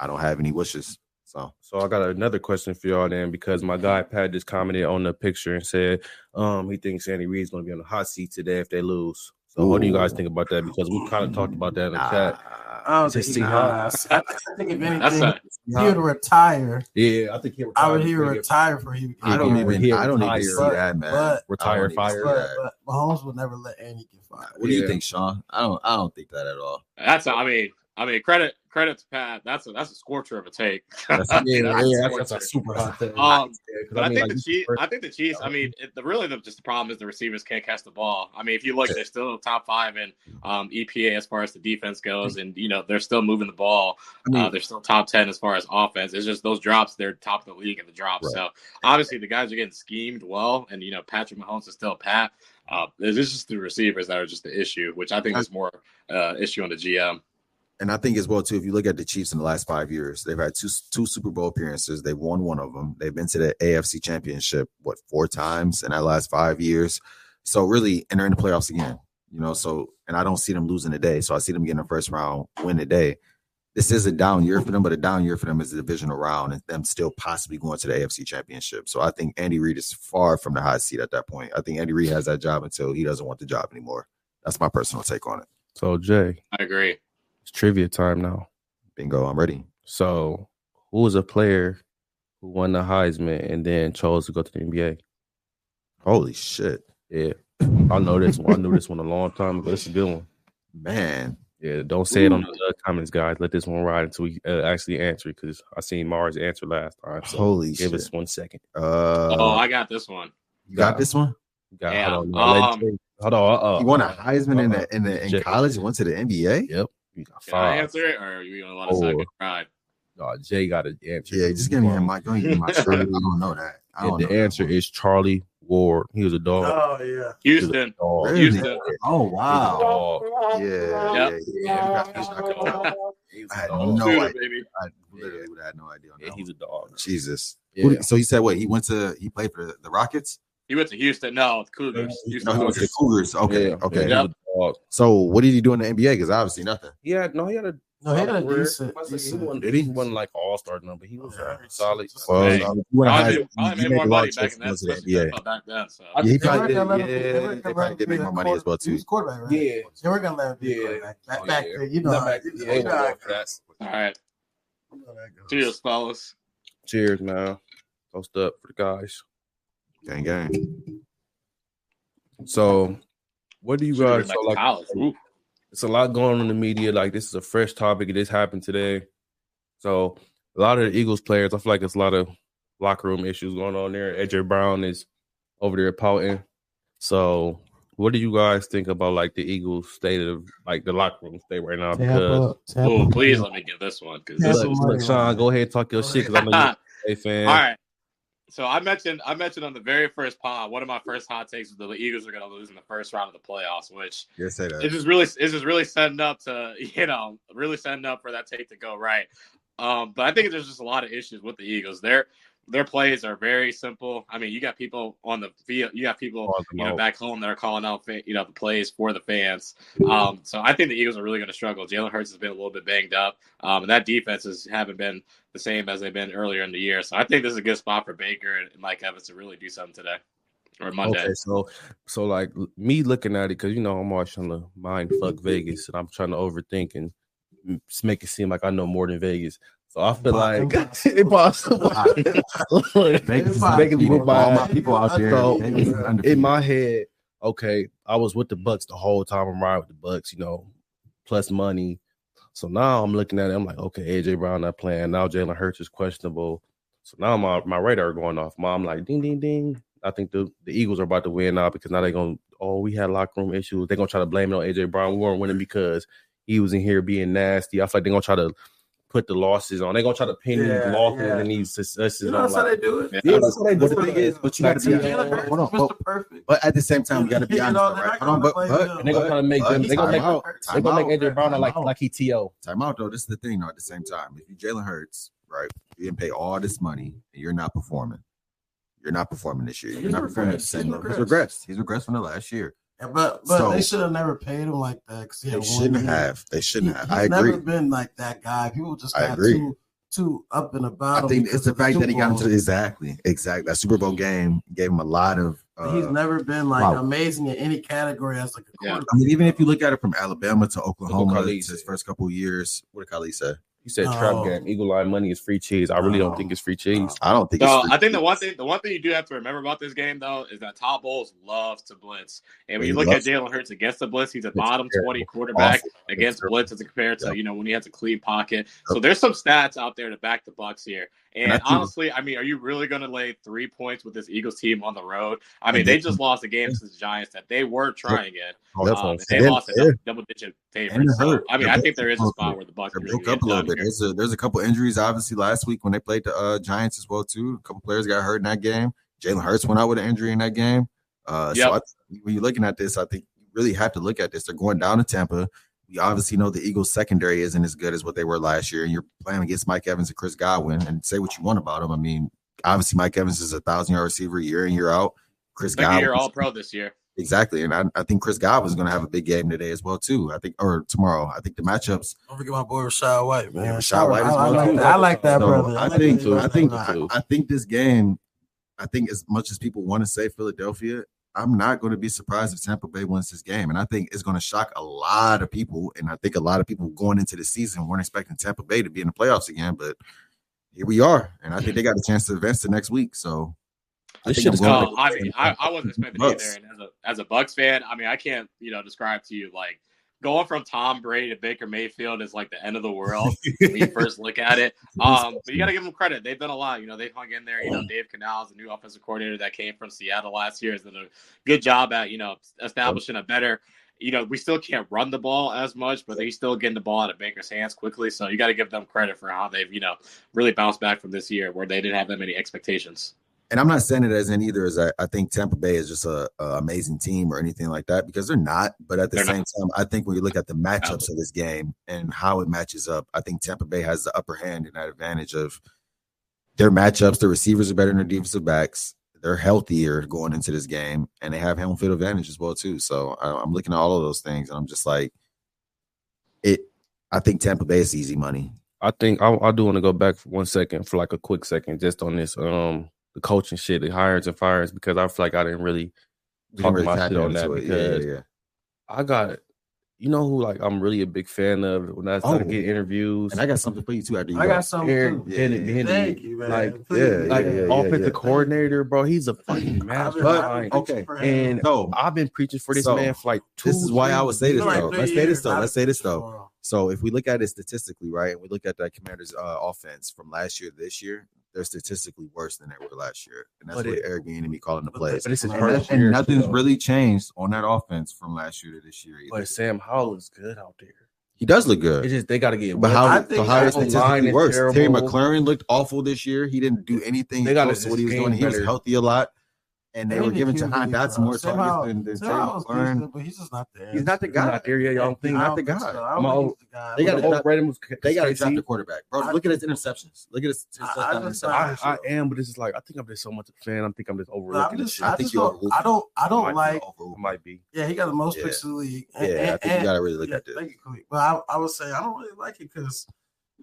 Speaker 2: I don't have any wishes. So
Speaker 1: So I got another question for y'all then, because my guy Pat just commented on the picture and said um, he thinks Andy Reid's going to be on the hot seat today if they lose. So what do you guys think about that? Because we kind of talked about that in the chat.
Speaker 2: Nah.
Speaker 3: I don't
Speaker 1: Just
Speaker 3: think,
Speaker 1: see
Speaker 3: nah, I think if anything,
Speaker 4: That's a,
Speaker 3: he would retire.
Speaker 1: Yeah, I think he
Speaker 3: I would
Speaker 1: retired.
Speaker 3: he would retire for he.
Speaker 2: I don't
Speaker 1: Yeah.
Speaker 2: even.
Speaker 1: Yeah.
Speaker 2: I don't even see
Speaker 3: But-
Speaker 2: that, man.
Speaker 3: but-
Speaker 2: I don't
Speaker 1: Retire,
Speaker 2: even
Speaker 1: fire.
Speaker 2: see that.
Speaker 3: But, but Mahomes would never let Andy get fired.
Speaker 2: What do you
Speaker 1: Yeah.
Speaker 2: think, Sean? I don't. I don't think that at all.
Speaker 4: that's a, I mean I mean credit credit to Pat. That's a that's a scorcher of a take.
Speaker 2: That's-
Speaker 4: I mean,
Speaker 1: yeah,
Speaker 4: that's a
Speaker 1: yeah,
Speaker 4: scorcher.
Speaker 1: that's, that's a super hot thing.
Speaker 4: Um,
Speaker 1: Yeah, 'cause
Speaker 4: But I,
Speaker 1: mean,
Speaker 4: think
Speaker 1: like,
Speaker 4: the Chiefs.
Speaker 1: first-
Speaker 4: I think the Chiefs. I mean, it, the really the just the problem is the receivers can't catch the ball. I mean, if you look, they're still top five in um, EPA as far as the defense goes, and you know they're still moving the ball.
Speaker 2: I mean,
Speaker 4: Uh, they're still top ten as far as offense. It's just those drops. They're top of the league in the drops.
Speaker 2: Right.
Speaker 4: So obviously the guys are getting schemed well, and you know Patrick Mahomes is still Pat. Uh, it's just the receivers that are just the issue, which I think is more uh, issue on the GM.
Speaker 2: and I think as well too. If you look at the Chiefs in the last five years, they've had two two Super Bowl appearances. They've won one of them. They've been to the AFC Championship what four times in that last five years. So really, and they're in the playoffs again. You know, so and I don't see them losing today. So I see them getting a first round win today. This is a down year for them, but a down year for them is the divisional round and them still possibly going to the AFC Championship. So I think Andy Reid is far from the hot seat at that point. I think Andy Reid has that job until he doesn't want the job anymore. That's my personal take on it.
Speaker 1: so Jay,
Speaker 4: I agree.
Speaker 1: it's trivia time now.
Speaker 2: Bingo, I'm ready.
Speaker 1: So who was a player who won the Heisman and then chose to go to the NBA?
Speaker 2: Holy shit.
Speaker 1: Yeah, I know this one. I knew this one a long time ago. It's a good one.
Speaker 2: Man,
Speaker 1: Yeah, don't say it on the uh, comments, guys. Let this one ride until we uh, actually answer because I seen Mars answer last time. So
Speaker 2: holy
Speaker 1: give
Speaker 2: shit.
Speaker 1: us one second.
Speaker 2: Uh,
Speaker 4: oh, I got this one.
Speaker 2: you got this one?
Speaker 1: God,
Speaker 4: Yeah,
Speaker 1: hold on. Let
Speaker 4: um,
Speaker 1: Jay- hold on. Uh, uh,
Speaker 2: You won a Heisman in
Speaker 1: uh-uh.
Speaker 2: the in the in
Speaker 1: Jay.
Speaker 2: college and went to the NBA?
Speaker 1: Yep. You got
Speaker 4: Can I
Speaker 1: five.
Speaker 4: answer it, or are you gonna let us have a
Speaker 1: Four.
Speaker 4: good try?
Speaker 1: No, Jay got an answer.
Speaker 2: Yeah, just give me my don't give me my shirt. I don't know that. I
Speaker 1: And
Speaker 2: don't know
Speaker 1: the
Speaker 2: that
Speaker 1: answer
Speaker 2: one.
Speaker 1: is Charlie Ward. He was a
Speaker 4: Uh,
Speaker 1: dog.
Speaker 3: Oh yeah.
Speaker 4: Houston.
Speaker 1: Dog.
Speaker 2: Really?
Speaker 4: Houston.
Speaker 2: Oh wow.
Speaker 1: Dog.
Speaker 2: Oh, Yeah, yeah,
Speaker 4: Yep.
Speaker 2: yeah. You got- you got-
Speaker 1: He's
Speaker 2: I
Speaker 1: a
Speaker 2: had
Speaker 1: dog.
Speaker 2: No
Speaker 4: Shooter,
Speaker 2: idea.
Speaker 4: baby.
Speaker 2: I literally would have had no idea on
Speaker 1: Yeah,
Speaker 2: that.
Speaker 1: he's
Speaker 2: one.
Speaker 1: a dog.
Speaker 2: Jesus.
Speaker 1: Yeah.
Speaker 2: Who- So he said what? He went to he played for the Rockets?
Speaker 4: He went to Houston. No, the Cougars.
Speaker 2: No,
Speaker 4: Houston
Speaker 2: he went to the
Speaker 4: Cougars.
Speaker 2: Cougars. Okay,
Speaker 1: Yeah,
Speaker 2: okay.
Speaker 1: yeah, he was a dog.
Speaker 2: So what did he do in the NBA? Because obviously nothing.
Speaker 1: He had no, he had a
Speaker 3: No, Oh, he had a
Speaker 1: solid career.
Speaker 3: decent.
Speaker 1: He
Speaker 3: decent-
Speaker 1: wasn't-
Speaker 2: Did he?
Speaker 1: He wasn't like all star number. He was
Speaker 3: Yeah.
Speaker 1: solid.
Speaker 2: Well,
Speaker 4: Hey,
Speaker 2: um, you wanna
Speaker 4: Probably
Speaker 2: hide-
Speaker 4: made- probably
Speaker 2: you
Speaker 4: made
Speaker 2: made
Speaker 4: more
Speaker 2: a lot
Speaker 4: money
Speaker 2: of
Speaker 4: back
Speaker 2: choices to
Speaker 4: in
Speaker 2: go
Speaker 4: that,
Speaker 2: to the
Speaker 4: especially
Speaker 2: NBA.
Speaker 4: back then.
Speaker 1: I-
Speaker 2: Yeah, he
Speaker 4: So
Speaker 3: They weren't
Speaker 2: probably did.
Speaker 3: gonna let him-
Speaker 1: yeah,
Speaker 3: they weren't
Speaker 2: they
Speaker 3: gonna let
Speaker 2: probably
Speaker 3: him
Speaker 2: did
Speaker 3: be
Speaker 2: make
Speaker 3: a
Speaker 2: more money as
Speaker 3: quarter-
Speaker 2: well, too.
Speaker 3: He was quarterback, right?
Speaker 1: Yeah.
Speaker 3: They were gonna let him be a
Speaker 1: Yeah.
Speaker 3: quarterback. Back,
Speaker 1: Oh,
Speaker 3: back
Speaker 1: yeah.
Speaker 3: then, you know,
Speaker 1: Not
Speaker 3: how-
Speaker 1: back-
Speaker 3: you know,
Speaker 1: they
Speaker 3: you know how
Speaker 1: were
Speaker 3: it
Speaker 1: off that.
Speaker 4: all right,
Speaker 3: goes.
Speaker 4: cheers, fellas.
Speaker 1: Cheers, man. Toast up for the guys.
Speaker 2: Gang gang.
Speaker 1: So, what do you guys?
Speaker 4: Back
Speaker 1: So,
Speaker 4: to
Speaker 1: like,
Speaker 4: college. Ooh.
Speaker 1: it's a lot going on in the media. Like this is a fresh topic. This happened today. So a lot of the Eagles players, I feel like it's a lot of locker room issues going on there. AJ Brown is over there pouting. So what do you guys think about like the Eagles state of like the locker room state right now? Because
Speaker 3: Tampa, Tampa.
Speaker 4: Ooh, please let me get this one because
Speaker 3: Tampa
Speaker 1: look,
Speaker 3: money
Speaker 1: look,
Speaker 3: line.
Speaker 1: Sean, go ahead and talk your shit because I know you're
Speaker 4: all
Speaker 1: a LA fan.
Speaker 4: right. So I mentioned I mentioned on the very first pod, one of my first hot takes was the Eagles are going to lose in the first round of the playoffs, which
Speaker 2: Yeah, say that.
Speaker 4: It's just really it's just really setting up to you know really setting up for that take to go right. Um, but I think there's just a lot of issues with the Eagles. They're their plays are very simple. I mean, you got people on the field, you got people you know back home that are calling out fa- you know the plays for the fans. Um, so I think the Eagles are really going to struggle. Jalen Hurts has been a little bit banged up, um, and that defense has haven't been the same as they've been earlier in the year. So I think this is a good spot for Baker and Mike Evans to really do something today or Monday.
Speaker 1: Okay, so so like me looking at it because you know I'm always trying to mind fuck Vegas and I'm trying to overthink and s- make it seem like I know more than Vegas. So I feel like impossible. Like,
Speaker 2: Vegas is
Speaker 1: Vegas
Speaker 2: undefeated.
Speaker 1: whooped my
Speaker 2: All my
Speaker 1: ass.
Speaker 2: people out there.
Speaker 1: So,
Speaker 2: Vegas is
Speaker 1: in
Speaker 2: undefeated.
Speaker 1: my head, okay, I was with the Bucks the whole time I'm riding with the Bucks, you know, plus money. So now I'm looking at it, I'm like, okay, AJ Brown not playing. Now Jalen Hurts is questionable. So now my, my radar going off. Mom like ding ding ding. I think the, the Eagles are about to win now because now they're gonna oh we had locker room issues. They're gonna try to blame it on AJ Brown. We weren't winning because he was in here being nasty. I feel like they're gonna try to put the losses on. They're gonna try to pin
Speaker 3: Yeah,
Speaker 1: these losses
Speaker 3: yeah.
Speaker 1: and these successes.
Speaker 3: You know
Speaker 1: on,
Speaker 3: that's how
Speaker 1: like-
Speaker 3: they do it.
Speaker 1: Yeah, that's
Speaker 2: But the thing is, but you got to be.
Speaker 3: Jalen Hurts
Speaker 2: Hold on,
Speaker 3: is
Speaker 2: but,
Speaker 3: Mr. Perfect.
Speaker 2: but at the same time, you got to be
Speaker 3: You know,
Speaker 2: honest.
Speaker 3: they're
Speaker 2: though,
Speaker 3: not
Speaker 2: Right? Hold on,
Speaker 3: gonna
Speaker 2: but,
Speaker 3: play
Speaker 2: but
Speaker 3: him.
Speaker 1: And they're gonna try to make
Speaker 2: but-
Speaker 1: them. They gonna
Speaker 2: time
Speaker 1: make.
Speaker 2: out,
Speaker 1: They
Speaker 2: time
Speaker 1: gonna make
Speaker 2: out,
Speaker 1: AJ Brown
Speaker 2: time
Speaker 1: like
Speaker 2: out.
Speaker 1: like he to.
Speaker 2: Time out though. This is the thing though. At the same time, if you Jalen Hurts, right, you're getting paid all this money and you're not performing. You're not performing this year. You're
Speaker 3: He's
Speaker 2: not performing
Speaker 3: regressed.
Speaker 2: the same.
Speaker 3: He's
Speaker 2: level. He's
Speaker 3: regressed.
Speaker 2: regressed. He's regressed from the last year.
Speaker 3: Yeah, But but
Speaker 2: So-
Speaker 3: they should have never paid him like that because he
Speaker 2: They
Speaker 3: had
Speaker 2: shouldn't
Speaker 3: one
Speaker 2: have. They shouldn't have.
Speaker 3: He's
Speaker 2: I
Speaker 3: never
Speaker 2: agree.
Speaker 3: been like that guy. People just
Speaker 2: I
Speaker 3: got
Speaker 2: agree.
Speaker 3: too too up and about.
Speaker 2: I
Speaker 3: him
Speaker 2: think
Speaker 3: because
Speaker 2: it's the
Speaker 3: of
Speaker 2: fact that he
Speaker 3: Super
Speaker 2: got into
Speaker 3: Bowl.
Speaker 2: exactly, exactly that Super Bowl game gave him a lot of. Uh,
Speaker 3: He's never been like
Speaker 2: wow.
Speaker 3: amazing in any category as like a
Speaker 4: Yeah.
Speaker 3: quarterback.
Speaker 2: I mean, even if you look at it from Alabama to Oklahoma,
Speaker 1: Khalid
Speaker 2: to his
Speaker 1: said.
Speaker 2: first couple of years, what did Khalid say?
Speaker 1: He said
Speaker 3: No.
Speaker 1: trap game. Eagle eye money is free cheese. I really
Speaker 3: No.
Speaker 1: don't think it's free cheese.
Speaker 2: I don't think.
Speaker 4: So
Speaker 2: it's-
Speaker 4: I think the one thing the one thing you do have to remember about this game though is that Todd Bowles loves to blitz, and when
Speaker 2: He
Speaker 4: you look at
Speaker 2: loves
Speaker 4: Jalen Hurts against the blitz, he's a bottom
Speaker 1: terrible.
Speaker 4: twenty quarterback
Speaker 2: Awful.
Speaker 4: against
Speaker 2: terrible.
Speaker 4: blitz as compared to
Speaker 2: Yep.
Speaker 4: you know when he has a clean pocket. So there's some stats out there to back the Bucks here, and,
Speaker 2: And I think-
Speaker 4: honestly, I mean, are you really going to lay three points with this Eagles team on the road? I mean,
Speaker 2: And
Speaker 4: they
Speaker 2: they-
Speaker 4: just lost a game to the Giants that they were trying in.
Speaker 2: Oh,
Speaker 1: That's
Speaker 4: Um,
Speaker 1: what I'm
Speaker 4: and
Speaker 1: saying.
Speaker 4: they
Speaker 2: saying.
Speaker 4: lost
Speaker 2: Yeah.
Speaker 4: a double digit favorite.
Speaker 2: it
Speaker 4: So,
Speaker 2: hurt.
Speaker 4: I mean,
Speaker 2: It
Speaker 4: I
Speaker 2: broke
Speaker 4: think there is
Speaker 2: up
Speaker 4: a
Speaker 2: a
Speaker 4: spot
Speaker 2: little
Speaker 4: where the Bucks
Speaker 2: They
Speaker 4: can really
Speaker 2: broke
Speaker 4: get
Speaker 2: up a
Speaker 4: it
Speaker 2: little
Speaker 4: done
Speaker 2: bit.
Speaker 4: here.
Speaker 2: There's a there's a couple injuries obviously last week when they played the uh, Giants as well too. A couple players got hurt in that game. Jalen Hurts went out with an injury in that game. Uh,
Speaker 4: Yep.
Speaker 2: So I, th- when you're looking at this, I think you really have to look at this. They're going down to Tampa. We obviously know the Eagles secondary isn't as good as what they were last year, and you're playing against Mike Evans and Chris Godwin. And say what you want about them. I mean, obviously Mike Evans is a thousand yard receiver year in year out. Chris
Speaker 4: Second year
Speaker 2: Godwin
Speaker 4: All Pro this year.
Speaker 2: exactly, and I, I think Chris Godwin's going to have a big game today as well too. I think or tomorrow. I think the matchups
Speaker 3: Don't forget my boy Rashad White, man.
Speaker 2: Yeah, Rashad White
Speaker 3: I,
Speaker 2: is
Speaker 3: I
Speaker 2: one
Speaker 3: like
Speaker 2: too.
Speaker 3: that. I like that,
Speaker 2: So,
Speaker 3: brother.
Speaker 2: I
Speaker 3: like
Speaker 2: think-
Speaker 3: that.
Speaker 2: I think-
Speaker 3: like
Speaker 1: Too.
Speaker 2: I think this game, I think as much as people want to say Philadelphia, I'm not going to be surprised if Tampa Bay wins this game. And I think it's going to shock a lot of people. And I think a lot of people going into the season weren't expecting Tampa Bay to be in the playoffs again. But here we are. And I think they got a chance to advance to next week. So
Speaker 1: This
Speaker 2: think
Speaker 1: shit
Speaker 2: I'm
Speaker 1: is
Speaker 2: going
Speaker 1: called.
Speaker 4: No, I mean, I, I wasn't expecting it
Speaker 2: Bucks.
Speaker 4: either. And as a as a Bucks fan, I mean, I can't you know describe to you like going from Tom Brady to Baker Mayfield is like the end of the world when you first look at it. Um, but you got to give them credit; they've done a lot. You know, they've hung in there. You know, Dave Canales, the new offensive coordinator that came from Seattle last year, has done a good job at you know establishing a better. You know, we still can't run the ball as much, but they still getting the ball out of Baker's hands quickly. So you got to give them credit for how they've you know really bounced back from this year where they didn't have that many expectations.
Speaker 2: and I'm not saying it as in either as I, I think Tampa Bay is just a, a amazing team or anything like that because they're not. But at the
Speaker 4: They're
Speaker 2: same time, I think when you look at the matchups of this game and how it matches up, I think Tampa Bay has the upper hand and that advantage of their matchups. Their receivers are better than their defensive backs. They're healthier going into this game, and they have home field advantage as well too. So I, I'm looking at all of those things, and I'm just like, it. I think Tampa Bay is easy money.
Speaker 1: I think I, I do want to go back for one second for like a quick second just on this um the coaching shit, the hirings and firings because I feel like I didn't really
Speaker 2: We
Speaker 1: Talk
Speaker 2: can really
Speaker 1: my
Speaker 2: tap
Speaker 1: shit on
Speaker 2: into
Speaker 1: that
Speaker 2: it. Yeah,
Speaker 1: because-
Speaker 2: yeah, yeah.
Speaker 1: I got you know who like I'm really a big fan of when I started
Speaker 2: Oh.
Speaker 1: get interviews.
Speaker 2: And I got something for you too. After you
Speaker 3: I
Speaker 2: go.
Speaker 3: got something.
Speaker 1: Eric
Speaker 3: too.
Speaker 2: yeah,
Speaker 1: Bennett-
Speaker 2: yeah.
Speaker 1: Bennett,
Speaker 3: Thank you, man.
Speaker 1: like,
Speaker 3: Please.
Speaker 2: yeah,
Speaker 1: like
Speaker 2: yeah, yeah.
Speaker 1: offensive coordinator, bro. He's a fucking
Speaker 3: I've been- I've been
Speaker 1: mastermind.
Speaker 2: But-
Speaker 3: preaching for him.
Speaker 1: And
Speaker 2: no.
Speaker 1: I've been preaching for this
Speaker 2: So,
Speaker 1: man for like two.
Speaker 2: This is why I would say
Speaker 3: You
Speaker 2: this
Speaker 3: know, like
Speaker 2: though.
Speaker 3: three
Speaker 2: Let's say this
Speaker 3: years,
Speaker 2: though.
Speaker 3: I've
Speaker 2: Let's say this
Speaker 3: been
Speaker 2: though. So if we look at it statistically, right, and we look at that Commanders' uh, offense from last year to this year, they're statistically worse than they were last year, and that's
Speaker 1: But
Speaker 2: what
Speaker 1: it-
Speaker 2: Eric Bieniemy calling the
Speaker 3: but
Speaker 2: plays.
Speaker 1: but this is
Speaker 3: And
Speaker 2: And,
Speaker 1: first
Speaker 2: that- and
Speaker 1: year,
Speaker 2: nothing's
Speaker 1: so-
Speaker 2: really changed on that offense from last year to this year. Either.
Speaker 1: But Sam Howell's good out there.
Speaker 2: He does look good,
Speaker 1: It's just they got to get.
Speaker 2: but
Speaker 1: better.
Speaker 3: I
Speaker 2: how?
Speaker 3: think
Speaker 2: So how
Speaker 3: that
Speaker 2: is
Speaker 1: whole line
Speaker 2: statistically
Speaker 1: is
Speaker 2: worse? Terry
Speaker 1: terrible.
Speaker 2: McLaurin looked awful this year. He didn't do anything
Speaker 1: They gotta
Speaker 2: close to what he was
Speaker 1: just
Speaker 2: doing. He was
Speaker 1: game better.
Speaker 2: healthy a lot. and they were giving Jahan Dotson more targets than, than Taylor Warren.
Speaker 3: But he's just not there.
Speaker 2: He's not the
Speaker 1: He's not
Speaker 2: guy.
Speaker 1: there yet. Y'all don't think?
Speaker 2: He's
Speaker 1: Not
Speaker 2: not the
Speaker 3: think
Speaker 2: guy.
Speaker 3: so. I
Speaker 1: I'm
Speaker 3: don't
Speaker 1: all-
Speaker 3: think he's the guy.
Speaker 2: They gotta drop-
Speaker 1: overrated was
Speaker 2: They got to
Speaker 1: Casey.
Speaker 2: drop the quarterback, bro.
Speaker 3: I-
Speaker 2: look at his interceptions. Look at his, his
Speaker 3: I-
Speaker 2: touchdown
Speaker 3: I just-
Speaker 2: interceptions.
Speaker 1: I, I am, but it's just like I think I'm just so much a fan. I think I'm just
Speaker 3: But I'm
Speaker 1: overlooking this
Speaker 3: just,
Speaker 1: shit.
Speaker 2: I
Speaker 3: I
Speaker 2: think
Speaker 3: just
Speaker 2: you
Speaker 3: don't, I don't, I
Speaker 1: Might
Speaker 3: don't
Speaker 1: be
Speaker 3: like.
Speaker 1: It might be.
Speaker 3: Yeah, he got the most
Speaker 2: Yeah.
Speaker 3: picks in the league.
Speaker 2: yeah, I think you got to really look
Speaker 3: yeah,
Speaker 2: at this.
Speaker 3: Thank you, Khalid. But I, I would say I don't really like it because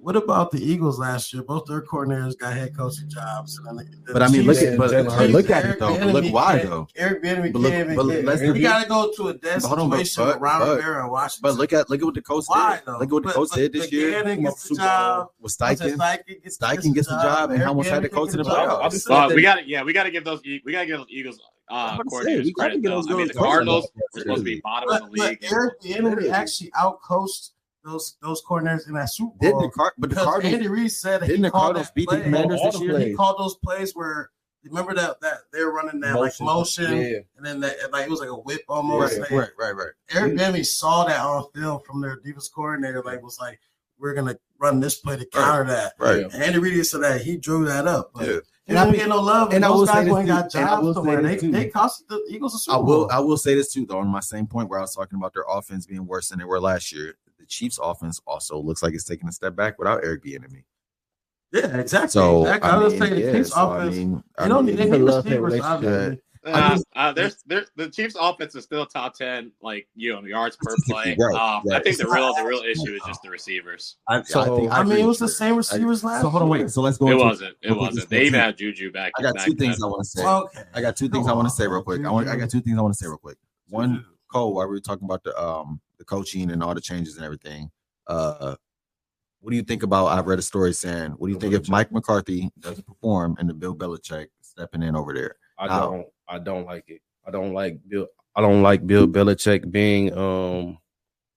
Speaker 3: what about the Eagles last year? Both their coordinators got head coaching jobs. And then the, the
Speaker 2: But I mean, look
Speaker 3: Chiefs-
Speaker 2: at but,
Speaker 1: Jalen
Speaker 2: but
Speaker 1: Hurts.
Speaker 2: look at it though.
Speaker 3: Eric
Speaker 2: But look
Speaker 3: Bieniemy
Speaker 2: why
Speaker 3: can't-
Speaker 2: though.
Speaker 3: Eric Bieniemy
Speaker 2: But look-
Speaker 3: can't even
Speaker 2: but
Speaker 3: get-
Speaker 2: let's-
Speaker 3: You got to go to a dead
Speaker 2: But hold on, but-
Speaker 3: situation
Speaker 2: but-
Speaker 3: with Ron
Speaker 2: but-
Speaker 3: Rivera in Washington.
Speaker 2: But look at look at what the coach
Speaker 3: why
Speaker 2: did.
Speaker 3: though?
Speaker 2: Look at what the
Speaker 3: But-
Speaker 2: coach
Speaker 3: but-
Speaker 2: did this
Speaker 3: but
Speaker 2: year
Speaker 3: Gannon gets the
Speaker 1: Super
Speaker 3: job.
Speaker 2: with
Speaker 3: Steichen
Speaker 2: Steichen. Steichen gets the job and
Speaker 3: Eric
Speaker 2: almost had to
Speaker 3: Bieniemy
Speaker 2: coach in the
Speaker 3: gets job.
Speaker 2: playoffs.
Speaker 3: I'm just
Speaker 4: Well,
Speaker 2: that-
Speaker 4: we got yeah, we got to give those E- we got to give those Eagles uh,
Speaker 2: I'm about to say,
Speaker 4: coordinators
Speaker 2: we gotta
Speaker 4: credit.
Speaker 2: give
Speaker 4: Though.
Speaker 2: those
Speaker 4: I mean,
Speaker 2: guys
Speaker 4: the
Speaker 2: credit.
Speaker 4: Cardinals were supposed to be bottom of
Speaker 3: But,
Speaker 4: the
Speaker 3: but
Speaker 4: league.
Speaker 3: Eric Bieniemy actually outcoached those those coordinators in that Super
Speaker 2: Didn't
Speaker 3: Bowl.
Speaker 2: the Card- but the
Speaker 3: Because
Speaker 2: Cardinals
Speaker 3: Andy Reid said that
Speaker 2: didn't
Speaker 3: he
Speaker 2: the
Speaker 3: called
Speaker 2: Cardinals
Speaker 3: that
Speaker 2: beat the
Speaker 3: play-
Speaker 2: Commanders
Speaker 1: All
Speaker 2: this
Speaker 1: the
Speaker 2: year?
Speaker 1: plays.
Speaker 3: He called those plays where remember that that they're running that
Speaker 1: Motion.
Speaker 3: like motion,
Speaker 1: Yeah.
Speaker 3: and then that, like it was like a whip almost.
Speaker 2: Right,
Speaker 3: Like,
Speaker 2: right, right, right.
Speaker 3: Eric Bieniemy saw that on film from their defense coordinator. Like was like, we're gonna run this play to counter that.
Speaker 2: Right.
Speaker 3: And Andy Reid said that he drew that up. But
Speaker 2: Yeah.
Speaker 3: And I get no love.
Speaker 2: and
Speaker 3: And
Speaker 2: I will
Speaker 3: those
Speaker 2: say
Speaker 3: guys
Speaker 2: this
Speaker 3: went and got
Speaker 2: too, and I will
Speaker 3: jobs
Speaker 2: say
Speaker 3: somewhere. They,
Speaker 2: this too.
Speaker 3: they cost the Eagles a Super
Speaker 2: I will
Speaker 3: Bowl.
Speaker 2: I will say this too though, on my same point where I was talking about their offense being worse than they were last year. The Chiefs offense also looks like it's taking a step back without Eric Bieniemy.
Speaker 3: yeah, exactly.
Speaker 2: So
Speaker 3: exactly. I,
Speaker 2: I
Speaker 3: was
Speaker 2: mean,
Speaker 3: saying the
Speaker 2: yeah,
Speaker 3: Chiefs
Speaker 2: so, I
Speaker 3: offense.
Speaker 2: mean, I
Speaker 3: you don't
Speaker 2: mean,
Speaker 3: need any
Speaker 1: love that
Speaker 3: receivers,
Speaker 1: relationship.
Speaker 3: obviously.
Speaker 4: Uh,
Speaker 2: just-
Speaker 4: uh, there's, there's, the Chiefs' offense is still top ten, like you know, yards per play.
Speaker 2: Right,
Speaker 4: um, I
Speaker 2: right.
Speaker 4: think the real the real issue is just the receivers.
Speaker 2: I,
Speaker 1: So,
Speaker 2: think-
Speaker 3: I, mean,
Speaker 2: agree
Speaker 3: it was
Speaker 2: with
Speaker 3: the
Speaker 2: you.
Speaker 3: same receivers last.
Speaker 2: So hold on,
Speaker 3: year.
Speaker 2: wait. So let's go.
Speaker 4: It
Speaker 2: into-
Speaker 4: wasn't. It wasn't. They even had Juju back.
Speaker 2: I got
Speaker 4: back
Speaker 2: two
Speaker 4: then.
Speaker 2: things I want to say.
Speaker 3: Okay.
Speaker 2: I got two things I want to say real quick. I want. I got two things I want to say real quick. One, Cole, while we were talking about the um the coaching and all the changes and everything, uh, what do you think about? I've read a story saying, what do you think if Mike McCarthy doesn't perform and the Bill Belichick stepping in over there?
Speaker 1: I
Speaker 2: No.
Speaker 1: don't. I don't like it. I don't like Bill. I don't like Bill Belichick being um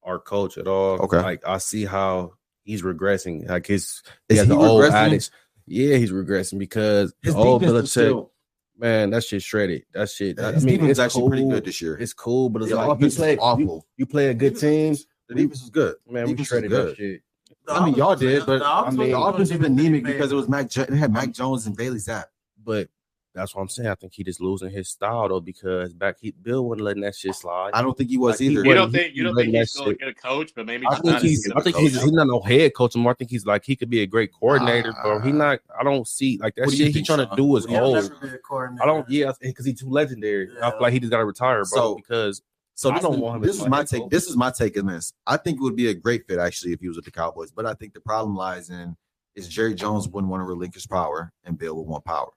Speaker 1: our coach at all.
Speaker 2: Okay.
Speaker 1: like I see how he's regressing. Like his he
Speaker 2: Is
Speaker 1: has
Speaker 2: he
Speaker 1: the old
Speaker 2: regressing?
Speaker 1: adage. Yeah, he's regressing because
Speaker 2: His
Speaker 1: the old
Speaker 2: defense
Speaker 1: Belichick,
Speaker 2: is still-
Speaker 1: man, that shit shredded. That shit. I
Speaker 2: his
Speaker 1: mean,
Speaker 2: defense
Speaker 1: it's
Speaker 2: is uh, actually pretty
Speaker 1: cool.
Speaker 2: good this year.
Speaker 1: It's cool, but it's
Speaker 2: The
Speaker 1: like you
Speaker 2: offense
Speaker 1: play
Speaker 2: was awful.
Speaker 1: You, you play a good team,
Speaker 2: the defense was good.
Speaker 1: man. We
Speaker 2: Defense is
Speaker 1: shredded
Speaker 2: good.
Speaker 1: that shit.
Speaker 2: I mean, y'all did, but I mean, the offense was anemic because it
Speaker 3: was.
Speaker 2: was Mac. Jo- They had Mac Jones and Bailey Zapp.
Speaker 1: But that's what I'm saying. I think he just losing his style though because back he Bill wasn't letting that shit slide.
Speaker 2: I don't think he was
Speaker 1: Like, he
Speaker 2: either.
Speaker 1: wasn't
Speaker 4: You don't
Speaker 1: He-
Speaker 4: think you don't
Speaker 1: he
Speaker 4: think
Speaker 1: let
Speaker 4: he's
Speaker 1: that
Speaker 4: still a
Speaker 1: shit-
Speaker 4: good coach, but maybe
Speaker 1: I
Speaker 4: he's
Speaker 1: think
Speaker 4: not as
Speaker 1: he's.
Speaker 4: good
Speaker 1: I
Speaker 4: of a
Speaker 1: think
Speaker 4: coach.
Speaker 1: he's, he's not no head coach anymore. I think he's like he could be a great coordinator, but he
Speaker 2: Ah.
Speaker 1: not. I don't see like that
Speaker 2: What do
Speaker 1: shit
Speaker 2: you
Speaker 1: he
Speaker 2: think,
Speaker 1: trying to
Speaker 2: Sean?
Speaker 1: do is
Speaker 2: What do you
Speaker 3: He'll
Speaker 1: old.
Speaker 3: never be a coordinator.
Speaker 1: I don't. Yeah, because he's too legendary. I
Speaker 3: Yeah.
Speaker 1: feel like he just got to retire, bro.
Speaker 2: So-
Speaker 1: because
Speaker 2: So
Speaker 1: I
Speaker 2: this
Speaker 1: don't
Speaker 2: is-
Speaker 1: want him
Speaker 2: This
Speaker 1: as
Speaker 2: is
Speaker 1: my
Speaker 2: my
Speaker 1: head
Speaker 2: take.
Speaker 1: coach.
Speaker 2: This is my take on this. I think it would be a great fit actually if he was with the Cowboys, but I think the problem lies in is Jerry Jones wouldn't want to relinquish power, and Bill would want power,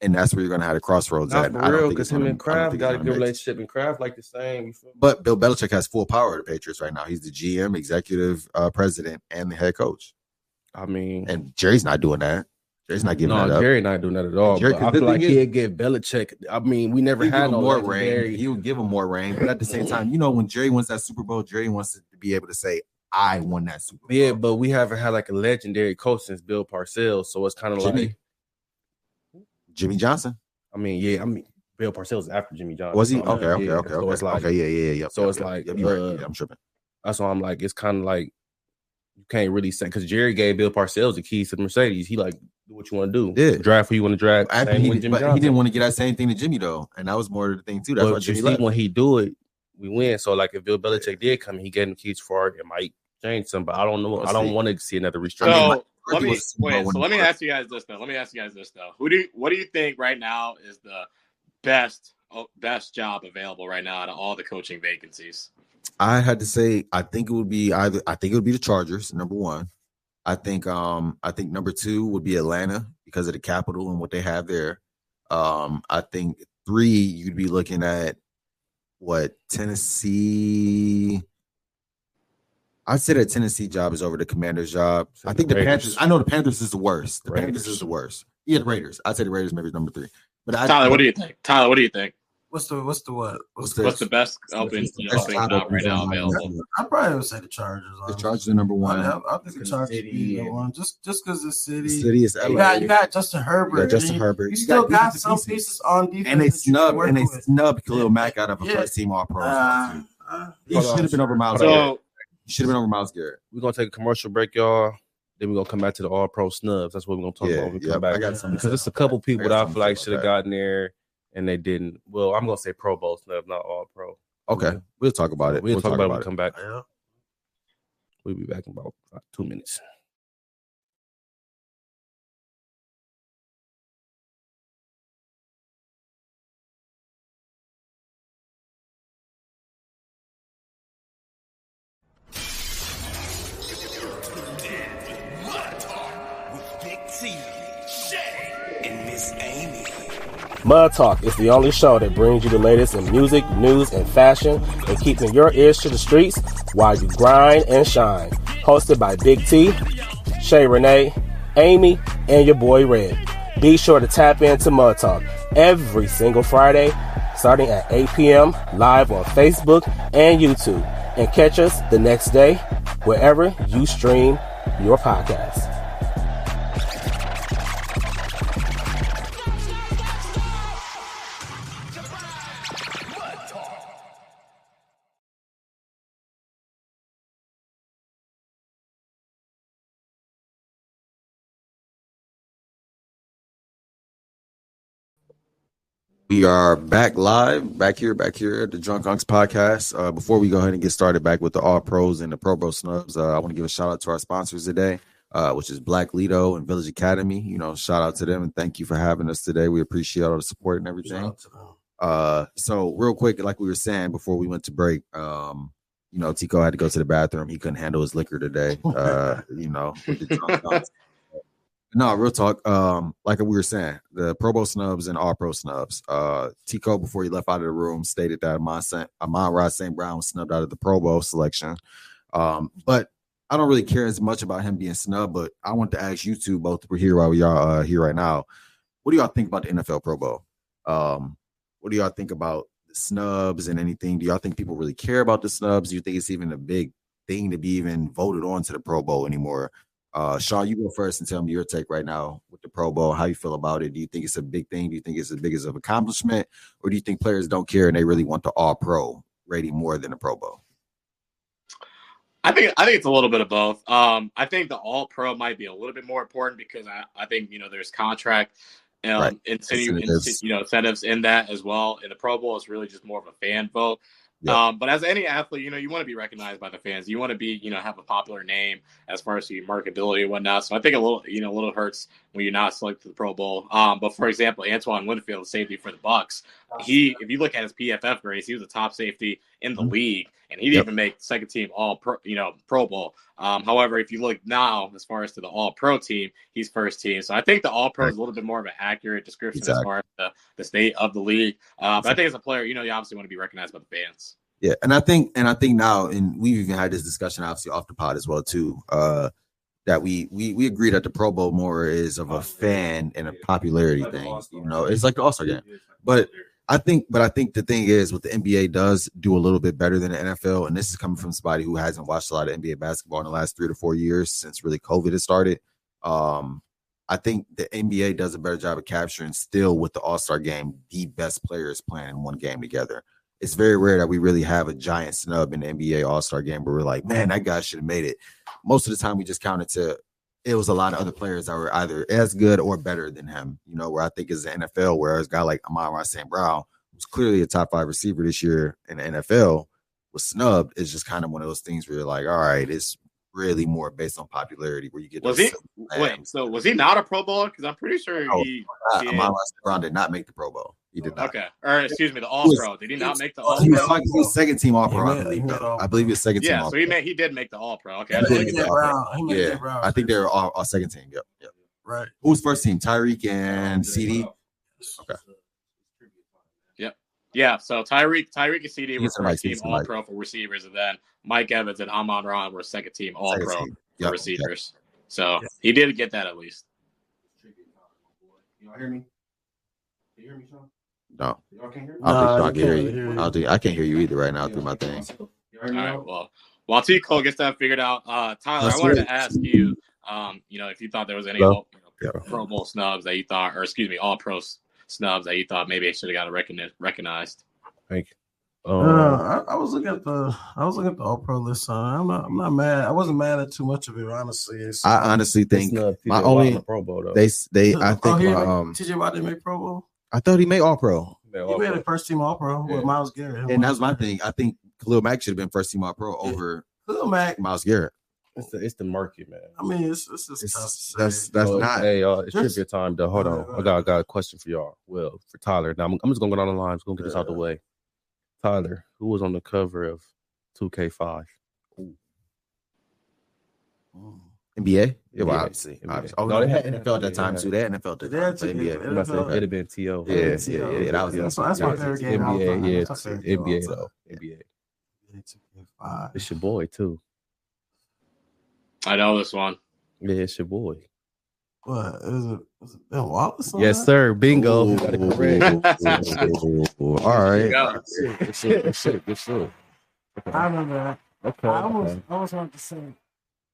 Speaker 2: and that's where you're going to have the crossroads
Speaker 1: not
Speaker 2: at.
Speaker 1: for
Speaker 2: I don't
Speaker 1: real.
Speaker 2: think
Speaker 1: Because
Speaker 2: it's
Speaker 1: him and
Speaker 2: gonna- I don't
Speaker 1: Kraft
Speaker 2: think
Speaker 1: got a
Speaker 2: it's
Speaker 1: good
Speaker 2: gonna mix.
Speaker 1: relationship, and Kraft like the same. You feel me?
Speaker 2: But Bill Belichick has full power of the Patriots right now. He's the GM, executive uh, president, and the head coach.
Speaker 1: I mean,
Speaker 2: And Jerry's not doing that. Jerry's not giving that
Speaker 1: no,
Speaker 2: up.
Speaker 1: Jerry not doing that at all.
Speaker 2: Jerry-
Speaker 1: but
Speaker 2: 'cause
Speaker 1: I
Speaker 2: the
Speaker 1: feel like
Speaker 2: thing is-
Speaker 1: he'll give Belichick. I mean, we never
Speaker 2: He'll give
Speaker 1: had
Speaker 2: him
Speaker 1: no
Speaker 2: more
Speaker 1: legendary.
Speaker 2: reign. He would give him more reign, but at the same time, you know, when Jerry wins that Super Bowl, Jerry wants to be able to say, "I won that Super Bowl."
Speaker 1: Yeah, but we haven't had like a legendary coach since Bill Parcells, so it's kind of
Speaker 2: Jimmy.
Speaker 1: like
Speaker 2: Jimmy Johnson.
Speaker 1: I mean, yeah, I mean Bill Parcells is after Jimmy Johnson.
Speaker 2: Was he?
Speaker 1: so
Speaker 2: Okay,
Speaker 1: I'm
Speaker 2: okay,
Speaker 1: like,
Speaker 2: okay,
Speaker 1: yeah,
Speaker 2: okay.
Speaker 1: So it's like
Speaker 2: okay, yeah, yeah, yeah.
Speaker 1: so
Speaker 2: yep,
Speaker 1: it's
Speaker 2: yep,
Speaker 1: like,
Speaker 2: yep, you're right.
Speaker 1: uh,
Speaker 2: Yeah, I'm tripping.
Speaker 1: that's why I'm like it's kind of like you can't really say because Jerry gave Bill Parcells the keys to the Mercedes. He like do what you want to do,
Speaker 2: Yeah.
Speaker 1: draft who you want to draft.
Speaker 2: After
Speaker 1: same
Speaker 2: he,
Speaker 1: with
Speaker 2: did,
Speaker 1: Jimmy
Speaker 2: but he
Speaker 1: Johnson.
Speaker 2: didn't want to get that same thing to Jimmy though, and that was more the thing too. That's why
Speaker 1: But you
Speaker 2: Jimmy
Speaker 1: see,
Speaker 2: left.
Speaker 1: when he do it, we win. So like if Bill Belichick did come, he gave him keys for it. It might change something, but I don't know.
Speaker 2: We'll
Speaker 1: I don't
Speaker 2: see.
Speaker 1: want to see another
Speaker 4: So
Speaker 1: restructuring.
Speaker 2: I mean, like,
Speaker 4: let
Speaker 2: Murphy
Speaker 4: me
Speaker 2: was-
Speaker 4: wait.
Speaker 2: when
Speaker 4: So let me
Speaker 2: Murphy-
Speaker 4: ask you guys this though. Let me ask you guys this though. Who do you, what do you think right now is the best oh, best job available right now out of all the coaching vacancies?
Speaker 2: I had to say, I think it would be either. I think it would be the Chargers. Number one, I think. Um, I think number two would be Atlanta because of the capital and what they have there. Um, I think three, you'd be looking at what Tennessee. I'd say that Tennessee job is over the Commanders job.
Speaker 1: So
Speaker 2: I
Speaker 1: the
Speaker 2: think the
Speaker 1: Raiders.
Speaker 2: Panthers. I know the Panthers is the worst. The Panthers
Speaker 1: Raiders.
Speaker 2: is the worst. Yeah, the Raiders. I'd say the Raiders maybe is number three. But I,
Speaker 4: Tyler, what do you think? Tyler, what do you think?
Speaker 3: What's the what's the what? What's
Speaker 2: What's
Speaker 3: the,
Speaker 4: What's the best open
Speaker 2: the best
Speaker 4: opening
Speaker 2: job
Speaker 4: job right
Speaker 2: open
Speaker 4: now
Speaker 2: job?
Speaker 4: available?
Speaker 3: I probably would say the Chargers.
Speaker 2: The
Speaker 3: honestly.
Speaker 2: Chargers are number one.
Speaker 3: I, I think the
Speaker 1: Because
Speaker 3: Chargers
Speaker 1: City
Speaker 3: be the
Speaker 1: and-
Speaker 3: one just just because the
Speaker 2: The
Speaker 3: city.
Speaker 2: city is LA.
Speaker 3: You got you got Justin Herbert.
Speaker 2: Yeah, Justin
Speaker 3: and
Speaker 2: Herbert.
Speaker 3: You, you
Speaker 2: You
Speaker 3: still
Speaker 2: got
Speaker 3: got,
Speaker 2: decent
Speaker 3: some
Speaker 2: pieces.
Speaker 3: pieces on defense,
Speaker 2: and they
Speaker 3: that you can
Speaker 2: snub
Speaker 3: work
Speaker 2: and they
Speaker 3: with.
Speaker 2: snubbed Khalil
Speaker 3: Yeah.
Speaker 2: Mack out of a
Speaker 3: Yeah.
Speaker 2: first team All Pro.
Speaker 3: Uh, uh,
Speaker 2: you should have been over Miles. Garrett.
Speaker 4: So
Speaker 2: You should have been over Miles Garrett.
Speaker 1: We're gonna take a commercial break, y'all. Then we're gonna come back to the all pro snubs. That's what we're gonna talk
Speaker 2: Yeah,
Speaker 1: about when we
Speaker 2: yep,
Speaker 1: come back.
Speaker 2: I got something
Speaker 1: because
Speaker 2: to
Speaker 1: it's
Speaker 2: say
Speaker 1: a couple
Speaker 2: about that.
Speaker 1: people that
Speaker 2: I got
Speaker 1: I feel
Speaker 2: something
Speaker 1: like
Speaker 2: to say
Speaker 1: should have
Speaker 2: about
Speaker 1: gotten there and they didn't. Well, I'm gonna say Pro Bowl snub, not All Pro.
Speaker 2: Okay, we'll talk about it.
Speaker 1: We'll, talk, about, it. when we
Speaker 2: it.
Speaker 1: Come back.
Speaker 3: Yeah.
Speaker 1: We'll be back in about uh, two minutes.
Speaker 5: Mud Talk with Big T, Shay, and Miss Amy.
Speaker 6: Mud Talk is the only show that brings you the latest in music, news, and fashion, and keeping your ears to the streets while you grind and shine. Hosted by Big T, Shay Renee, Amy, and your boy Red. Be sure to tap into Mud Talk every single Friday, starting at 8 p.m. live on Facebook and YouTube, and catch us the next day wherever you stream your podcast.
Speaker 2: We are back live, back here, back here at the Drunk Unks podcast. Uh, before we go ahead and get started back with the All Pros and the Pro Bro Snubs, uh, I want to give a shout out to our sponsors today, uh, which is Black Lido and Village Academy. You know, shout out to them and thank you for having us today. We appreciate all the support and
Speaker 3: Shout
Speaker 2: everything.
Speaker 3: out to them.
Speaker 2: Uh, so real quick, like we were saying before we went to break, um, you know, Tico had to go to the bathroom. He couldn't handle his liquor today. Uh, you know, with the drunk thoughts. no, real talk. Um, like we were saying, the Pro Bowl snubs and all pro snubs. Uh, Tico, before he left out of the room, stated that Amon, Sa- Amon Rod St. Brown was snubbed out of the Pro Bowl selection. Um, but I don't really care as much about him being snubbed, but I want to ask you two both we're here while we are uh, here right now. What do y'all think about the NFL Pro Bowl? Um, what do y'all think about the snubs and anything? Do y'all think people really care about the snubs? Do you think it's even a big thing to be even voted on to the Pro Bowl anymore? Uh, Shaw, you go first and tell me your take right now with the Pro Bowl, how you feel about it. Do you think it's a big thing? Do you think it's as big as an accomplishment? Or do you think players don't care and they really want the all pro rating more than the Pro Bowl?
Speaker 4: I think I think it's a little bit of both. Um, I think the All Pro might be a little bit more important because I, I think you know there's contract um,
Speaker 2: Right.
Speaker 4: incentive,
Speaker 2: Incentives.
Speaker 4: you know incentives in that as well. And the Pro Bowl is really just more of a fan vote.
Speaker 2: Yeah.
Speaker 4: Um, but as any athlete, you know you want to be recognized by the fans. You want to be you know have a popular name as far as your marketability and whatnot. So I think a little you know a little hurts when you're not selected to the Pro Bowl. Um, but for example, Antoine Winfield, safety for the Bucks, he if you look at his PFF grades, he was a top safety in the
Speaker 2: Mhm.
Speaker 4: league, and he didn't
Speaker 2: Yep.
Speaker 4: even make second team All Pro, you know, Pro Bowl. Um, however, if you look now as far as to the All Pro team, he's first team. So I think the All Pro is a little bit more of an accurate description as
Speaker 2: Exactly.
Speaker 4: far as the, the state of the league. Uh, but I think as a player, you know, you obviously want to be recognized by the fans.
Speaker 2: Yeah, and I think and I think now, and we've even had this discussion obviously off the pod as well too. Uh, that we we we agree that the Pro Bowl more is of a fan and a popularity thing. You know, it's like the All Star game, but I think but I think the thing is what the NBA does do a little bit better than the NFL, and this is coming from somebody who hasn't watched a lot of NBA basketball in the last three to four years since really COVID has started. Um, I think the NBA does a better job of capturing still with the All Star game the best players playing in one game together it's very rare that we really have a giant snub in the NBA All Star game where we're like, man, that guy should have made it. Most of the time, we just counted to it was a lot of other players that were either as good or better than him. You know, where I think is the NFL, where a guy like Amara St. Brown, who's clearly a top five receiver this year in the NFL, was snubbed. It's just kind of one of those things where you're like, all right, it's really more based on popularity where you get
Speaker 4: Was
Speaker 2: those-
Speaker 4: he? Wait, so was he not a Pro Bowler? Because I'm pretty sure
Speaker 2: Oh,
Speaker 4: he.
Speaker 2: Uh,
Speaker 4: he-
Speaker 2: Amara St. Brown did not make the Pro Bowl. He did not.
Speaker 4: Okay, or excuse me, the All
Speaker 2: was-
Speaker 4: Pro. Did he
Speaker 2: he
Speaker 4: not
Speaker 2: was-
Speaker 4: make the All
Speaker 2: He was
Speaker 4: Pro?
Speaker 2: like he was second team all pro,
Speaker 3: He
Speaker 2: I
Speaker 3: made-
Speaker 2: believe.
Speaker 3: he made
Speaker 2: though.
Speaker 3: all-
Speaker 2: I believe he was second team
Speaker 4: Yeah,
Speaker 2: all
Speaker 4: so he
Speaker 2: pro.
Speaker 4: made he did make the All Pro.
Speaker 3: He
Speaker 4: Okay, I
Speaker 2: Yeah,
Speaker 4: just
Speaker 3: made
Speaker 4: think
Speaker 2: it's
Speaker 3: Jay
Speaker 2: all
Speaker 3: Brown. He made
Speaker 2: Yeah,
Speaker 3: Jay Brown.
Speaker 2: I think they're all, all second team. Yep, yep.
Speaker 3: right.
Speaker 2: Who's first team? Tyreek and CD. Okay.
Speaker 4: Yeah, so Tyreek, Tyreek and CD were
Speaker 2: He's somebody,
Speaker 4: first team
Speaker 2: he's
Speaker 4: All
Speaker 2: somebody.
Speaker 4: Pro for receivers, and then Mike Evans and Amon Ron were second team All
Speaker 2: Second
Speaker 4: Pro
Speaker 2: team.
Speaker 4: for
Speaker 2: Yep, yep.
Speaker 4: receivers. So he did get that at least.
Speaker 1: Y'all hear me? You hear me, Sean?
Speaker 2: No,
Speaker 1: Y'all can hear me?
Speaker 2: I don't
Speaker 3: Nah,
Speaker 2: think Sean
Speaker 3: you
Speaker 2: can hear
Speaker 3: can't
Speaker 2: you.
Speaker 3: hear
Speaker 2: I
Speaker 3: you.
Speaker 2: don't think I can't hear you either right now through my thing.
Speaker 4: All right. Well, while T Cole gets that figured out, uh, Tyler,
Speaker 2: That's
Speaker 4: I wanted
Speaker 2: right.
Speaker 4: to ask you, um, you know, if you thought there was any
Speaker 2: Hello?
Speaker 4: you know, Pro Bowl snubs that you thought, or excuse me, All Pro s- snubs that you thought maybe should have got recogni- recognized.
Speaker 1: Thank you.
Speaker 3: Uh,
Speaker 1: Um,
Speaker 3: I, I was looking at the I was looking at the All Pro list. Uh, I'm not I'm not mad. I wasn't mad at too much of it, honestly. It's,
Speaker 2: I honestly think my only
Speaker 1: Pro Bowl though.
Speaker 2: they they I
Speaker 3: oh,
Speaker 2: think
Speaker 3: he
Speaker 2: my,
Speaker 3: didn't make-
Speaker 2: um
Speaker 3: TJ Watt didn't make Pro Bowl.
Speaker 2: I thought he made all pro.
Speaker 1: They
Speaker 3: He
Speaker 1: all
Speaker 3: made a first team All Pro
Speaker 2: Yeah.
Speaker 3: with Miles Garrett.
Speaker 2: And that's my thing. I think Khalil Mack should have been first team All Pro over
Speaker 3: Lil Mac.
Speaker 2: Miles Garrett.
Speaker 1: it's the, it's the murky man.
Speaker 3: I mean, it's it's just tough
Speaker 2: It's-
Speaker 3: to
Speaker 2: that's
Speaker 3: say.
Speaker 2: that's
Speaker 1: Oh,
Speaker 2: not.
Speaker 1: Hey, y'all, it's
Speaker 3: Just-
Speaker 1: trivia time. Though. Hold
Speaker 3: Alright,
Speaker 1: on, I got I got a question for y'all. Well, for Tyler, now I'm, I'm just gonna go down the line. Just gonna get this out the way. Tyler, who was on the cover of 2K5?
Speaker 2: NBA? Yeah, well,
Speaker 1: NBA.
Speaker 2: obviously.
Speaker 1: NBA.
Speaker 2: obviously. Oh,
Speaker 1: No,
Speaker 2: no,
Speaker 1: they
Speaker 2: they had
Speaker 1: had
Speaker 2: NFL at that
Speaker 1: NFL,
Speaker 2: time,
Speaker 1: yeah.
Speaker 2: too. They had NFL at that
Speaker 3: They
Speaker 2: time.
Speaker 3: had
Speaker 2: So
Speaker 3: two
Speaker 2: NBA.
Speaker 3: games.
Speaker 1: Must have-
Speaker 3: NFL.
Speaker 1: It'd have been To.
Speaker 2: Yeah, yeah, yeah, yeah. That was
Speaker 3: That's- that's my favorite game of all time.
Speaker 1: NBA, yeah,
Speaker 3: That's my favorite
Speaker 1: NBA
Speaker 3: game of all
Speaker 1: though.
Speaker 3: time.
Speaker 1: NBA.
Speaker 3: Five.
Speaker 1: It's your boy too.
Speaker 4: I know this one.
Speaker 1: Yeah, it's your boy.
Speaker 3: What is it? Is it Ben Wallace? on
Speaker 1: Yes,
Speaker 3: that?
Speaker 1: sir. Bingo. You got it correct.
Speaker 2: All right.
Speaker 4: Yeah.
Speaker 1: Good shit. Good shit. Good shit.
Speaker 3: I remember that.
Speaker 1: Okay.
Speaker 3: I almost,
Speaker 1: okay.
Speaker 3: I almost wanted to say,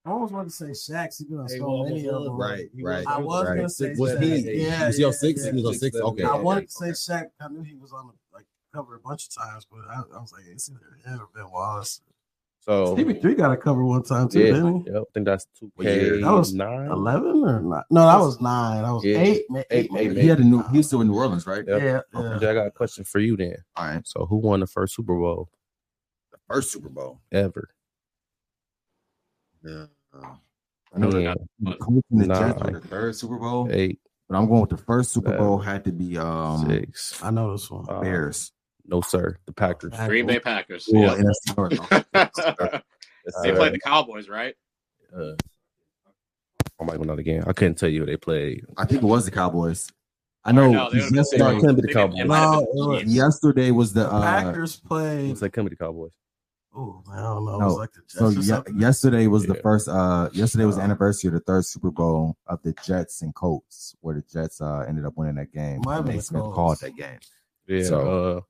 Speaker 3: I almost wanted to say Shaq's. He been on
Speaker 1: Hey,
Speaker 3: so
Speaker 1: well,
Speaker 3: many of them.
Speaker 2: Right, right.
Speaker 3: I was
Speaker 2: right.
Speaker 3: gonna say
Speaker 2: Was he?
Speaker 3: Shaq. Yeah,
Speaker 2: he was
Speaker 3: yeah,
Speaker 2: on six.
Speaker 3: yeah.
Speaker 2: He was on six. Okay.
Speaker 3: I
Speaker 2: okay,
Speaker 3: wanted to say
Speaker 2: okay.
Speaker 3: Shaq. I knew he was on the like cover a bunch of times, but I, I was like, it's either him or Ben Wallace.
Speaker 1: So.
Speaker 3: Stevie three got a cover one time too,
Speaker 1: Oh. Yeah.
Speaker 3: didn't he?
Speaker 1: Yep, I think that's two
Speaker 2: What year?
Speaker 1: K
Speaker 3: That was
Speaker 1: nine.
Speaker 3: Eleven or nine? No, that was nine. That was
Speaker 1: Yeah.
Speaker 3: eight. ma-
Speaker 1: Eight, eight,
Speaker 3: maybe.
Speaker 2: He had a new. He was still in New Orleans, right?
Speaker 1: Yep. Oh,
Speaker 3: Yeah, yeah.
Speaker 1: Okay, I got a question for you then.
Speaker 2: All right.
Speaker 1: So, who won the first Super Bowl
Speaker 2: First Super Bowl.
Speaker 1: ever?
Speaker 2: Yeah. I know
Speaker 1: Man,
Speaker 2: that the Colts and the Jets
Speaker 1: Nine.
Speaker 2: were the third Super Bowl,
Speaker 1: eight,
Speaker 2: but I'm going with the first Super
Speaker 1: Seven.
Speaker 2: Bowl had to be um
Speaker 1: six.
Speaker 3: I know this one.
Speaker 1: five.
Speaker 2: Bears.
Speaker 1: No, sir. The Packers.
Speaker 4: Green Bay Packers.
Speaker 2: Ooh,
Speaker 4: Yeah.
Speaker 2: NFC North.
Speaker 4: they
Speaker 1: Uh,
Speaker 4: played the Cowboys, right?
Speaker 1: uh, I might go down again. I couldn't tell you who they played.
Speaker 2: I think it was the Cowboys. I know.
Speaker 4: No, they would've
Speaker 2: yesterday,
Speaker 1: No, it couldn't be the
Speaker 4: They-
Speaker 1: Cowboys.
Speaker 4: it might have
Speaker 3: No,
Speaker 4: been the
Speaker 3: it
Speaker 2: Oh,
Speaker 3: was-
Speaker 4: Chiefs.
Speaker 2: yesterday was the
Speaker 3: The
Speaker 2: uh,
Speaker 3: Packers played.
Speaker 1: It's like couldn't be the Cowboys.
Speaker 3: oh, man, I don't know. It
Speaker 2: No.
Speaker 3: was like the Jets
Speaker 2: So
Speaker 3: or
Speaker 2: ye-
Speaker 3: something.
Speaker 2: yesterday was the
Speaker 1: Yeah. Uh-huh.
Speaker 2: first. Uh, yesterday was the anniversary of the third Super Bowl of the Jets and Colts, where the Jets uh ended up winning that game.
Speaker 3: Might have been
Speaker 2: Nate
Speaker 3: the
Speaker 2: Smith
Speaker 3: Colts.
Speaker 2: called that game.
Speaker 1: Yeah. So,
Speaker 2: So-
Speaker 1: uh,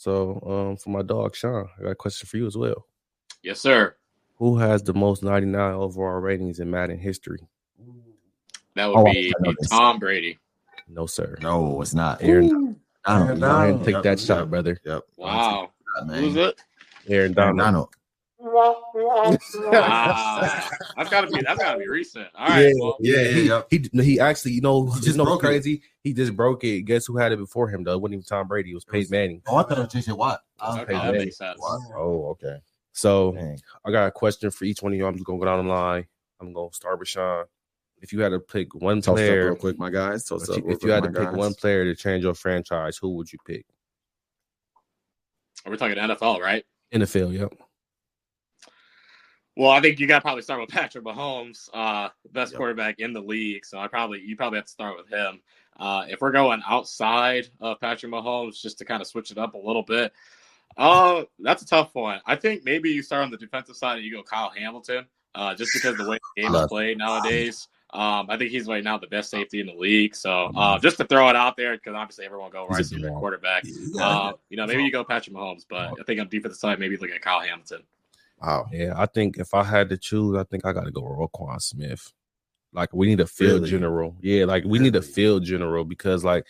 Speaker 1: so um, for my dog Sean, I got a question for you as well.
Speaker 4: Yes, sir.
Speaker 1: Who has the most 99 overall ratings in Madden history?
Speaker 4: That
Speaker 2: Oh,
Speaker 4: would
Speaker 2: I
Speaker 4: be
Speaker 2: know this.
Speaker 4: Tom Brady.
Speaker 1: No, sir.
Speaker 2: No, it's not.
Speaker 1: Aaron,
Speaker 2: Donald.
Speaker 3: Aaron
Speaker 1: Go ahead and
Speaker 3: Donald.
Speaker 1: take that
Speaker 2: Yep,
Speaker 1: shot,
Speaker 2: yep,
Speaker 1: brother.
Speaker 2: Yep.
Speaker 4: Wow.
Speaker 2: Take that, man.
Speaker 4: Who's it?
Speaker 1: Aaron
Speaker 2: Aaron
Speaker 1: Donald.
Speaker 2: Donald.
Speaker 4: Wow. Uh, That's gotta be that's gotta be recent. All right. Well,
Speaker 2: Yeah, yeah,
Speaker 1: he,
Speaker 2: yep.
Speaker 1: he he actually, you know,
Speaker 2: He
Speaker 1: just
Speaker 2: just
Speaker 1: know what's
Speaker 2: broke it.
Speaker 1: crazy. He just broke it. Guess who had it before him though? It wasn't even Tom Brady. It was Peyton Manning.
Speaker 2: Oh, I thought it was JJ Watt. Uh,
Speaker 4: okay, that makes sense.
Speaker 2: Oh, okay.
Speaker 1: So
Speaker 2: Dang.
Speaker 1: I got a question for each one of you. I'm just gonna go down the line. I'm gonna start with Sean. If you had to pick one
Speaker 2: Toast up
Speaker 1: player,
Speaker 2: real quick, my guys. Toast
Speaker 1: if
Speaker 2: up.
Speaker 1: you,
Speaker 2: real
Speaker 1: if you had to
Speaker 2: quick, my
Speaker 1: pick
Speaker 2: guys.
Speaker 1: one player to change your franchise, who would you pick?
Speaker 4: We're talking NFL, right?
Speaker 1: NFL, yep.
Speaker 4: Well, I think you got to probably start with Patrick Mahomes, uh, best
Speaker 2: Yep.
Speaker 4: quarterback in the league. So I probably you probably have to start with him. Uh, if we're going outside of Patrick Mahomes, just to kind of switch it up a little bit, uh, that's a tough one. I think maybe you start on the defensive side and you go Kyle Hamilton, uh, just because the way the game is
Speaker 2: Love-
Speaker 4: played nowadays. Um, I think he's right now the best safety in the league. So uh, just to throw it out there, because obviously everyone go right
Speaker 2: Mm-hmm. He's a
Speaker 4: to the
Speaker 2: dog.
Speaker 4: quarterback.
Speaker 2: Yeah.
Speaker 4: Uh, you know, maybe you go Patrick Mahomes, but I think on defensive side, maybe look at Kyle Hamilton.
Speaker 2: Wow.
Speaker 1: Yeah, I think if I had to choose, I think I got to go Roquan Smith. Like we need a field
Speaker 2: Really?
Speaker 1: general. Yeah, like we need a
Speaker 2: Really?
Speaker 1: field general because like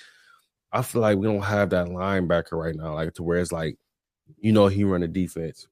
Speaker 1: I feel like we don't have that linebacker right now. Like to where it's like, you know, he run the defense.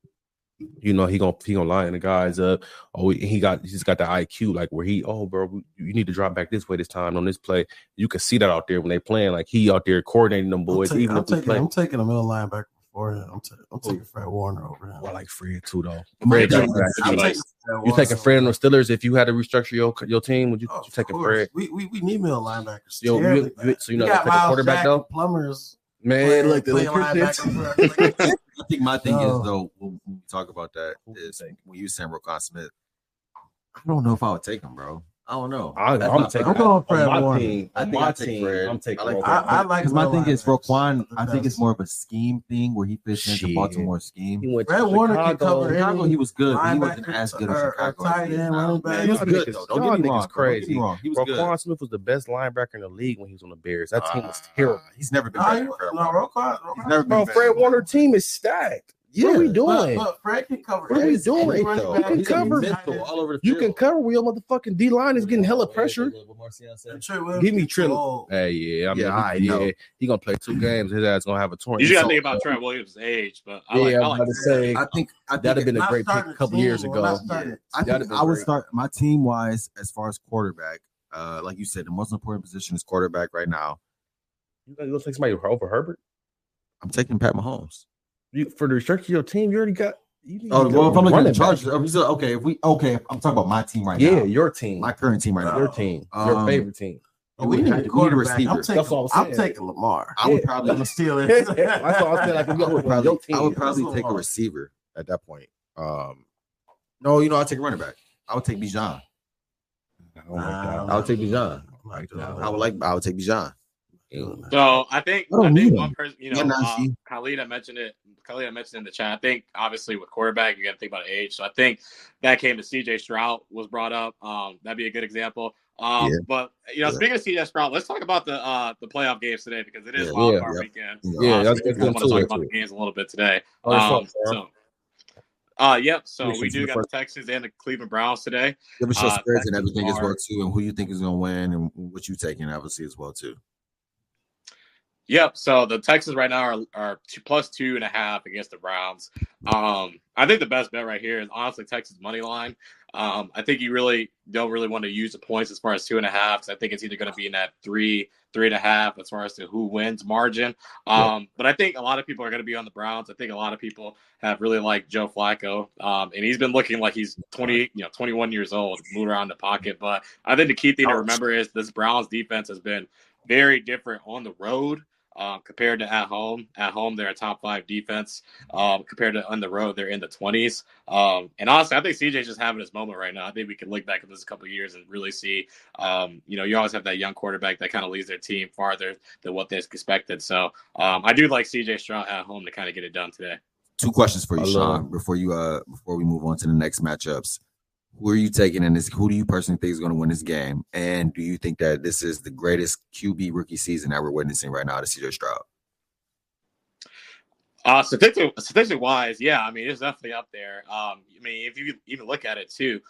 Speaker 1: You know, he gonna he gonna line the guys up. Oh, he- he got he's got the IQ like where he oh bro, we- you need to drop back this way this time on this play. You can see that out there when they playing. Like he out there coordinating them boys.
Speaker 3: I'm, taking,
Speaker 1: even
Speaker 3: I'm,
Speaker 1: if we
Speaker 3: taking,
Speaker 1: play,
Speaker 3: I'm taking a middle linebacker before him. I'm, ta- I'm taking Fred Warner over him.
Speaker 1: I like Fred too though.
Speaker 2: Fred
Speaker 1: Fred,
Speaker 2: Warner.
Speaker 3: I'm taking
Speaker 4: Nice.
Speaker 3: Fred
Speaker 1: You
Speaker 3: Warner
Speaker 1: taking
Speaker 3: over-
Speaker 1: Fred and the Steelers if you had to restructure your your team? Would you,
Speaker 3: Oh,
Speaker 1: would you take
Speaker 3: of
Speaker 1: a
Speaker 3: course.
Speaker 1: Fred?
Speaker 3: We, we, we need middle linebackers.
Speaker 1: Yo,
Speaker 3: terribly
Speaker 1: you-
Speaker 3: bad.
Speaker 1: you- so you're
Speaker 3: We
Speaker 1: not gonna take
Speaker 3: got
Speaker 1: a
Speaker 3: Miles
Speaker 1: quarterback,
Speaker 3: Jack
Speaker 1: though?
Speaker 3: Plumbers.
Speaker 1: Man, look, the
Speaker 3: playing
Speaker 1: electricity.
Speaker 3: linebacker for us.
Speaker 2: I think my thing
Speaker 3: No.
Speaker 2: is though when when we talk about that is when you saying Roquan Smith, I don't know if I would take him, bro. I don't know.
Speaker 1: I,
Speaker 2: That's
Speaker 1: I'm
Speaker 2: not-
Speaker 1: taking.
Speaker 3: I'm going Fred
Speaker 1: on my
Speaker 3: Warner.
Speaker 1: team.
Speaker 2: I
Speaker 1: On
Speaker 2: think
Speaker 1: my
Speaker 2: I take
Speaker 1: team.
Speaker 2: Fred.
Speaker 1: I'm taking.
Speaker 2: I like,
Speaker 1: Roquan.
Speaker 3: I- I like
Speaker 2: because my
Speaker 3: middle
Speaker 2: thing is
Speaker 3: linebackers.
Speaker 2: Roquan. I think
Speaker 3: That's-
Speaker 2: it's more of a scheme thing where he fits into
Speaker 1: Shit.
Speaker 2: Baltimore
Speaker 1: He
Speaker 2: scheme.
Speaker 1: went to
Speaker 3: Fred Warner can
Speaker 1: Chicago.
Speaker 3: cover it.
Speaker 2: Chicago, he was good. but He wasn't
Speaker 3: Linebacker,
Speaker 2: as good as
Speaker 3: or- or
Speaker 2: Chicago.
Speaker 3: tight end, running back.
Speaker 2: He was
Speaker 1: Y'all
Speaker 2: good
Speaker 1: niggas-
Speaker 2: though. Don't
Speaker 1: y'all
Speaker 2: get
Speaker 1: niggas
Speaker 2: me wrong. Don't get
Speaker 1: crazy.
Speaker 2: me wrong. He was good.
Speaker 1: Roquan Smith was the best linebacker in the league when he was on the Bears. That team was
Speaker 3: Ah.
Speaker 2: Uh,
Speaker 1: terrible.
Speaker 2: He's never been
Speaker 3: No,
Speaker 2: better.
Speaker 3: he
Speaker 2: than
Speaker 3: was-
Speaker 2: Fred
Speaker 3: no,
Speaker 2: Warner.
Speaker 3: Roquan-
Speaker 2: He's
Speaker 3: Roquan-
Speaker 2: never been
Speaker 1: Bro,
Speaker 2: better
Speaker 1: Fred
Speaker 2: than
Speaker 1: Warner team is stacked. What are we doing?
Speaker 3: Look, look, Fred can cover.
Speaker 1: What are we
Speaker 3: everything.
Speaker 1: doing?
Speaker 3: He runs
Speaker 2: though.
Speaker 3: back,
Speaker 1: can
Speaker 2: He's
Speaker 3: he
Speaker 1: cover.
Speaker 3: runs
Speaker 2: invincible all over the
Speaker 1: You
Speaker 2: field.
Speaker 1: can cover where your motherfucking D line is getting hella pressure.
Speaker 3: back. Trent Williams
Speaker 1: Give me
Speaker 3: is
Speaker 1: Trent-
Speaker 3: too old.
Speaker 1: Hey, yeah, I mean,
Speaker 2: Yeah, I
Speaker 1: yeah,
Speaker 2: know.
Speaker 1: he gonna play two games. His ass gonna have a torn.
Speaker 4: You just got to
Speaker 1: So-
Speaker 4: think about Trent Williams' age, but I
Speaker 1: yeah,
Speaker 4: like,
Speaker 1: I'm
Speaker 4: I like
Speaker 1: about to say
Speaker 2: I think I
Speaker 1: that'd have
Speaker 2: think
Speaker 1: been a
Speaker 3: Not
Speaker 1: great pick
Speaker 3: starting
Speaker 1: a couple
Speaker 3: team,
Speaker 1: years
Speaker 3: well,
Speaker 1: ago.
Speaker 3: not starting-
Speaker 2: I,
Speaker 1: That'd
Speaker 2: think
Speaker 1: be
Speaker 2: I would
Speaker 1: great.
Speaker 2: start my team wise as far as quarterback. Uh, like you said, the most important position is quarterback right now.
Speaker 1: You gonna go take somebody over Herbert?
Speaker 2: I'm taking Pat Mahomes.
Speaker 7: You for the restructure of your team, you already got. You need to get
Speaker 2: Oh, well, if
Speaker 7: a
Speaker 2: I'm looking at
Speaker 7: running
Speaker 2: the
Speaker 7: back.
Speaker 2: Chargers, if we said- okay, if we okay, if I'm talking about my team right
Speaker 7: Yeah,
Speaker 2: now,
Speaker 7: your team,
Speaker 2: my current team right now.
Speaker 7: your team, your
Speaker 2: Um,
Speaker 7: favorite team.
Speaker 2: Oh, we need a quarterback. I'm
Speaker 3: I'm
Speaker 2: taking-
Speaker 3: taking,
Speaker 7: That's what I'm
Speaker 3: I'm,
Speaker 7: saying.
Speaker 3: taking Lamar.
Speaker 2: I would
Speaker 7: Yeah.
Speaker 3: I'm gonna
Speaker 2: probably,
Speaker 3: steal
Speaker 7: That's
Speaker 3: it.
Speaker 7: what I said. Like, if
Speaker 2: I
Speaker 7: your,
Speaker 2: would probably,
Speaker 7: your team,
Speaker 2: I would probably
Speaker 3: That's
Speaker 2: take a
Speaker 3: Lamar.
Speaker 2: receiver at that point. Um, no, you know, I'll take a running back. I would take Bijan.
Speaker 7: oh my God.
Speaker 2: I would take Bijan.
Speaker 3: I'm not doing
Speaker 2: I
Speaker 3: that.
Speaker 2: would like. I would take Bijan.
Speaker 3: Doing that.
Speaker 4: So I think
Speaker 2: I don't
Speaker 4: I
Speaker 2: need
Speaker 4: think
Speaker 2: him.
Speaker 4: one person, you know,
Speaker 2: Yeah,
Speaker 4: uh,
Speaker 2: Najee.
Speaker 4: Khalida mentioned it. Khalida mentioned in the chat. I think obviously with quarterback, you got to think about age. So I think that came to C.J. Stroud was brought up. Um, that'd be a good example. Um,
Speaker 2: Yeah.
Speaker 4: but you know,
Speaker 2: Yeah.
Speaker 4: speaking of C.J. Stroud, let's talk about the uh the playoff games today because it is
Speaker 2: Yeah.
Speaker 4: wild
Speaker 7: Yeah.
Speaker 4: card
Speaker 2: Yeah.
Speaker 4: weekend.
Speaker 2: You know,
Speaker 7: Yeah,
Speaker 4: Uh,
Speaker 7: that's-
Speaker 4: so we
Speaker 7: that's
Speaker 4: want to
Speaker 7: into
Speaker 4: talk
Speaker 7: it,
Speaker 4: about the
Speaker 7: too.
Speaker 4: games a little bit today.
Speaker 7: Oh, that's
Speaker 4: Um,
Speaker 7: up, bro.
Speaker 4: so, uh, yep. So
Speaker 2: Predictions
Speaker 4: we
Speaker 2: for
Speaker 4: do
Speaker 2: the
Speaker 4: got the
Speaker 2: first-
Speaker 4: Texans and the Cleveland Browns today.
Speaker 2: Give us your
Speaker 4: Uh,
Speaker 2: spreads and
Speaker 4: Texans
Speaker 2: everything as
Speaker 4: are-
Speaker 2: well too, and who you think is going to win and what you taking obviously as well too.
Speaker 4: Yep. So the Texans right now are, are two, plus two and a half against the Browns. Um, I think the best bet right here is honestly Texas money line. Um, I think you really don't really want to use the points as far as two and a half. 'cause I think it's either going to be in that three, three and a half as far as to who wins margin. Um, But I think a lot of people are going to be on the Browns. I think a lot of people have really liked Joe Flacco, um, and he's been looking like he's twenty, you know, twenty one years old, moving around the pocket. But I think the key thing to remember is this Browns defense has been very different on the road um, compared to at home. At home, they're a top five defense. Um, compared to on the road, they're in the twenties. Um, and honestly, I think CJ's just having his moment right now. I think we can look back at this a couple of years and really see. Um, you know, you always have that young quarterback that kind of leads their team farther than what they expected. So um, I do like CJ Stroud at home to kind of get it done today.
Speaker 2: Two questions for you,
Speaker 7: I love-
Speaker 2: Sean, before you uh before we move on to the next matchups. Who are you taking in this? Who do you personally think is going to win this game? And do you think that this is the greatest QB rookie season that we're witnessing right now to CJ Stroud?
Speaker 4: Uh, statistic, statistic wise, yeah, I mean, it's definitely up there. Um, I mean, if you even look at it too,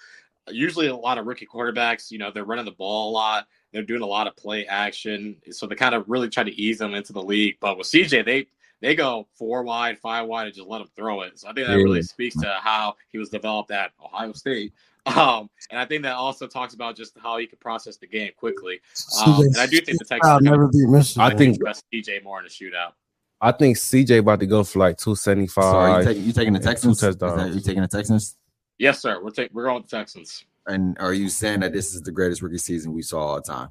Speaker 4: usually a lot of rookie quarterbacks, you know, they're running the ball a lot, they're doing a lot of play action, so they kind of really try to ease them into the league. But with CJ, they they go four wide, five wide, and just let him throw it. So I think that
Speaker 2: Yeah.
Speaker 4: really speaks to how he was developed at Ohio State. Um, and I think that also talks about just how he could process the game quickly. Um, and I do think the Texans are
Speaker 3: I'll
Speaker 4: gonna
Speaker 3: never beat Michigan.
Speaker 7: I think-
Speaker 4: trust CJ more in a shootout.
Speaker 7: I think CJ about to go for like two seventy
Speaker 2: So are you
Speaker 7: five.
Speaker 2: taking you taking the
Speaker 7: and two
Speaker 2: Texans? Is
Speaker 7: touchdowns.
Speaker 2: that- you taking the Texans?
Speaker 4: Yes, sir. We're taking we're going with the Texans.
Speaker 2: And are you saying that this is the greatest rookie season we saw all time?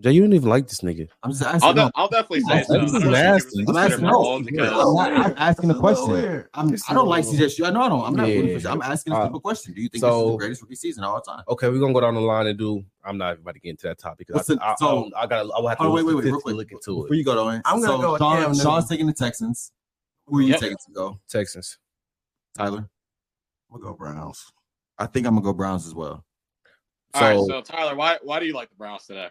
Speaker 7: Jay, you don't even like this nigga.
Speaker 2: I'm just asking.
Speaker 4: I'll, de- I'll definitely say uh,
Speaker 2: This
Speaker 4: so. I
Speaker 2: is
Speaker 4: don't think
Speaker 7: nasty.
Speaker 4: it was
Speaker 2: I'm
Speaker 4: considered
Speaker 2: asking,
Speaker 4: my
Speaker 2: no,
Speaker 4: own
Speaker 2: I'm
Speaker 4: because-
Speaker 2: not, I'm asking a
Speaker 3: It's a little
Speaker 2: question.
Speaker 3: weird.
Speaker 2: I'm, I don't like CJ. Stroud. No, no, I'm not.
Speaker 7: Yeah.
Speaker 2: rooting for CJ. I'm asking a
Speaker 7: Uh,
Speaker 2: simple question. Do you think this is
Speaker 7: so-
Speaker 2: the greatest rookie season of all time?
Speaker 7: Okay, we're gonna go down the line and do. I'm not about to get into that topic because
Speaker 2: What's
Speaker 7: I,
Speaker 2: the-
Speaker 7: I,
Speaker 2: so-
Speaker 7: I, I gotta. I will have to
Speaker 2: Oh, wait, wait, wait, real
Speaker 7: statistically
Speaker 2: quick.
Speaker 7: look into
Speaker 2: Before
Speaker 7: it.
Speaker 2: you go, Owen,
Speaker 3: I'm gonna go with
Speaker 2: Sean,
Speaker 3: Cam
Speaker 2: Sean's
Speaker 3: Newton.
Speaker 2: taking the Texans. Who are you
Speaker 4: Yep.
Speaker 2: taking to go?
Speaker 7: Texans.
Speaker 2: Tyler.
Speaker 3: I'm gonna go Browns.
Speaker 2: I think I'm gonna go Browns as well.
Speaker 4: All right, so Tyler, why why do you like the Browns today?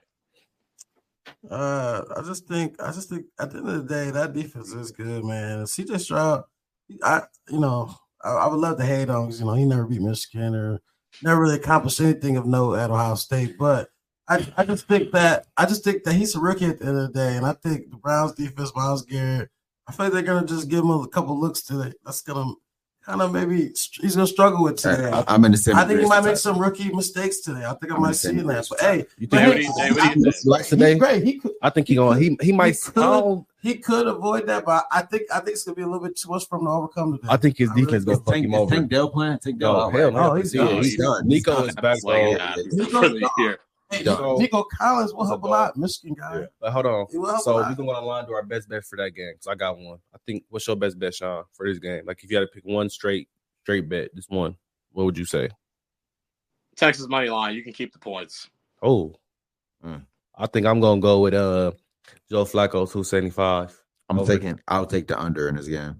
Speaker 3: Uh, I just think, I just think, at the end of the day, that defense is good, man. And CJ Stroud, I, you know, I, I would love to hate on because you know he never beat Michigan or never really accomplished anything of note at Ohio State. But I, I just think that, I just think that he's a rookie at the end of the day, and I think the Browns defense, Miles Garrett, I feel like they're gonna just give him a couple looks today. That's gonna kind of maybe str- he's gonna struggle with today.
Speaker 2: I, am in the same.
Speaker 3: I think he
Speaker 2: agreement
Speaker 3: might
Speaker 2: as
Speaker 3: make
Speaker 2: Tyler.
Speaker 3: some rookie mistakes today. I think I
Speaker 2: I'm
Speaker 3: might
Speaker 2: the same
Speaker 3: see that.
Speaker 2: as
Speaker 3: But
Speaker 2: Tyler.
Speaker 3: hey,
Speaker 7: You
Speaker 4: Jay,
Speaker 7: think
Speaker 4: what do you, Jay, what do you think?
Speaker 7: like
Speaker 3: he's
Speaker 7: today?
Speaker 3: great. He could.
Speaker 7: I think he gonna. He he might. I, don't,
Speaker 3: he could avoid that, but I think I think it's gonna be a little bit too much for him to overcome today.
Speaker 7: I think his
Speaker 3: I really-
Speaker 7: defense gonna
Speaker 2: Is
Speaker 7: fuck
Speaker 2: Tank,
Speaker 7: him
Speaker 2: is
Speaker 7: over.
Speaker 2: Tank Dell playing? Tank Dell.
Speaker 7: no,
Speaker 2: out,
Speaker 7: hell
Speaker 2: right?
Speaker 7: no.
Speaker 3: No, he's
Speaker 7: Yeah,
Speaker 2: done. He's done.
Speaker 7: Nico is back
Speaker 4: Like,
Speaker 7: though.
Speaker 2: yeah,
Speaker 4: uh,
Speaker 2: yeah.
Speaker 4: for the year.
Speaker 3: hey,
Speaker 7: done.
Speaker 3: Nico Collins will help a
Speaker 7: Done.
Speaker 3: lot, Michigan guy.
Speaker 7: Yeah, but hold on.
Speaker 3: He will help
Speaker 7: So
Speaker 3: a
Speaker 7: we're
Speaker 3: lot.
Speaker 7: gonna go on the line do our best bet for that game because I got one. I think what's your best bet, Sean, for this game? Like if you had to pick one straight straight bet, just one, what would you say?
Speaker 4: Texas money line. You can keep the points.
Speaker 7: Oh,
Speaker 2: Mm.
Speaker 7: I think I'm gonna go with uh Joe Flacco two seventy five.
Speaker 2: I'm
Speaker 7: Over.
Speaker 2: taking. I'll take the under in this game.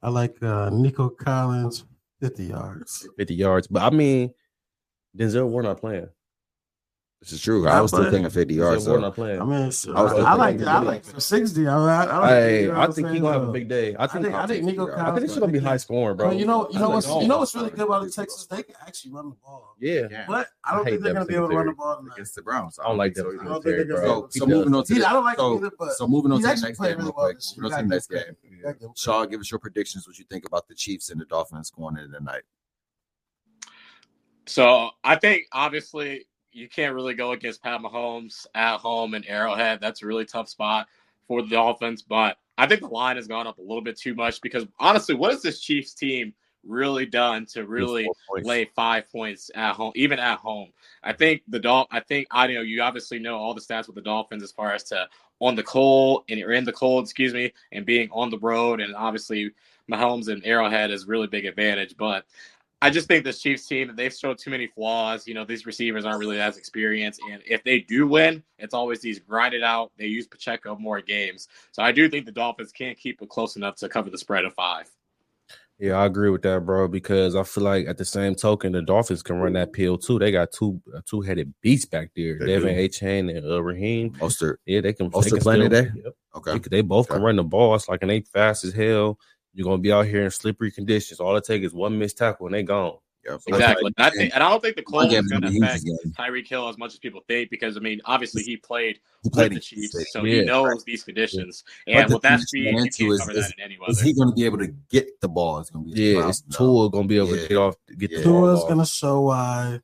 Speaker 3: I like uh Nico Collins, 50 yards.
Speaker 7: 50 yards. But I mean, Denzel Ward not playing.
Speaker 2: This is true. I was still
Speaker 3: But-
Speaker 2: thinking 50 yards.
Speaker 7: Denzel Ward
Speaker 2: So.
Speaker 7: not playing.
Speaker 3: I mean, so,
Speaker 2: I was
Speaker 3: I, I
Speaker 2: thinking
Speaker 3: like
Speaker 2: he
Speaker 3: I
Speaker 2: did.
Speaker 3: like for 60. I mean, I, I, don't
Speaker 7: Hey,
Speaker 3: you know
Speaker 7: I think
Speaker 3: what I'm
Speaker 7: he's
Speaker 3: saying,
Speaker 7: gonna have a
Speaker 3: though.
Speaker 7: big day. I
Speaker 3: uh, I think
Speaker 7: think
Speaker 3: I
Speaker 7: I
Speaker 3: think Nico Collins.
Speaker 7: think it's gonna be high scoring,
Speaker 3: But
Speaker 7: bro.
Speaker 3: you know, you know
Speaker 2: I
Speaker 3: what's
Speaker 2: think-
Speaker 3: you know what's really good about the Texas? They can actually run the ball,
Speaker 7: yeah.
Speaker 3: but I don't
Speaker 7: I hate
Speaker 3: think they're
Speaker 7: Devin
Speaker 3: gonna be able to run the
Speaker 7: Singletary
Speaker 3: ball tonight.
Speaker 2: Against the Browns.
Speaker 7: I don't like that.
Speaker 2: think so
Speaker 3: I
Speaker 2: either.
Speaker 3: don't think they're gonna
Speaker 2: So,
Speaker 3: be able to.
Speaker 2: so moving on to
Speaker 3: He-
Speaker 2: the,
Speaker 3: I don't like
Speaker 2: so,
Speaker 3: him either, but
Speaker 2: so moving on
Speaker 3: he's
Speaker 2: to the
Speaker 3: actually
Speaker 2: next
Speaker 3: playing
Speaker 2: game,
Speaker 3: really
Speaker 2: real
Speaker 3: well
Speaker 2: quick.
Speaker 3: this year.
Speaker 2: Moving on to the next game.
Speaker 3: I give him-
Speaker 2: Shaw, give us your predictions. What you think about the Chiefs and the Dolphins going into the night?
Speaker 4: So I think obviously you can't really go against Pat Mahomes at home in Arrowhead. That's a really tough spot for the Dolphins, but I think the line has gone up a little bit too much because honestly, what has this Chiefs team really done to really lay five points at home, even at home? I think the Dol- I think I know you obviously know all the stats with the Dolphins as far as to on the cold and you're in the cold, excuse me, and being on the road, and obviously Mahomes and Arrowhead is really big advantage, but. I just think this Chiefs team they've showed too many flaws. You know, these receivers aren't really as experienced, and if they do win, it's always these grinded out. They use Pacheco more games, so I do think the Dolphins can't keep it close enough to cover the spread of five.
Speaker 1: Yeah, I agree with that, bro. Because I feel like at the same token, the Dolphins can run that pill too. They got two uh, two headed beasts back there,
Speaker 2: They
Speaker 1: Devin
Speaker 2: do.
Speaker 1: A. Chain and uh, Raheem.
Speaker 2: Mostert.
Speaker 1: Yeah, they can.
Speaker 2: Mostert
Speaker 1: they can
Speaker 2: playing
Speaker 1: still-
Speaker 2: today?
Speaker 1: Yep.
Speaker 2: Okay.
Speaker 1: They, they both can
Speaker 2: Okay.
Speaker 1: run the ball. It's like and they fast as hell. You're gonna be out here in slippery conditions. All it takes is one missed tackle and they gone.
Speaker 2: Yep.
Speaker 4: Exactly, and I think, and I don't think the
Speaker 2: One
Speaker 4: cold
Speaker 2: game
Speaker 4: is
Speaker 2: gonna
Speaker 4: going
Speaker 2: be
Speaker 4: to
Speaker 2: huge
Speaker 4: affect
Speaker 2: again.
Speaker 4: Tyreek Hill as much as people think because I mean, obviously he played
Speaker 2: He
Speaker 4: with
Speaker 2: played
Speaker 4: the
Speaker 2: in Kansas
Speaker 4: Chiefs,
Speaker 2: City.
Speaker 4: so
Speaker 1: Yeah.
Speaker 4: he knows these conditions.
Speaker 2: But
Speaker 4: And
Speaker 2: the
Speaker 4: with that
Speaker 2: thing
Speaker 4: speed,
Speaker 2: you
Speaker 4: you
Speaker 2: get
Speaker 4: can't
Speaker 2: into
Speaker 4: cover
Speaker 2: is-
Speaker 4: that in any
Speaker 2: Is
Speaker 4: weather.
Speaker 2: he going to be able to get the ball? It's going to be a
Speaker 1: Yeah,
Speaker 2: problem.
Speaker 1: it's Tua gonna be able
Speaker 2: Yeah.
Speaker 1: to get off, get the
Speaker 2: Yeah.
Speaker 1: ball
Speaker 3: Tua's
Speaker 1: off.
Speaker 3: gonna show why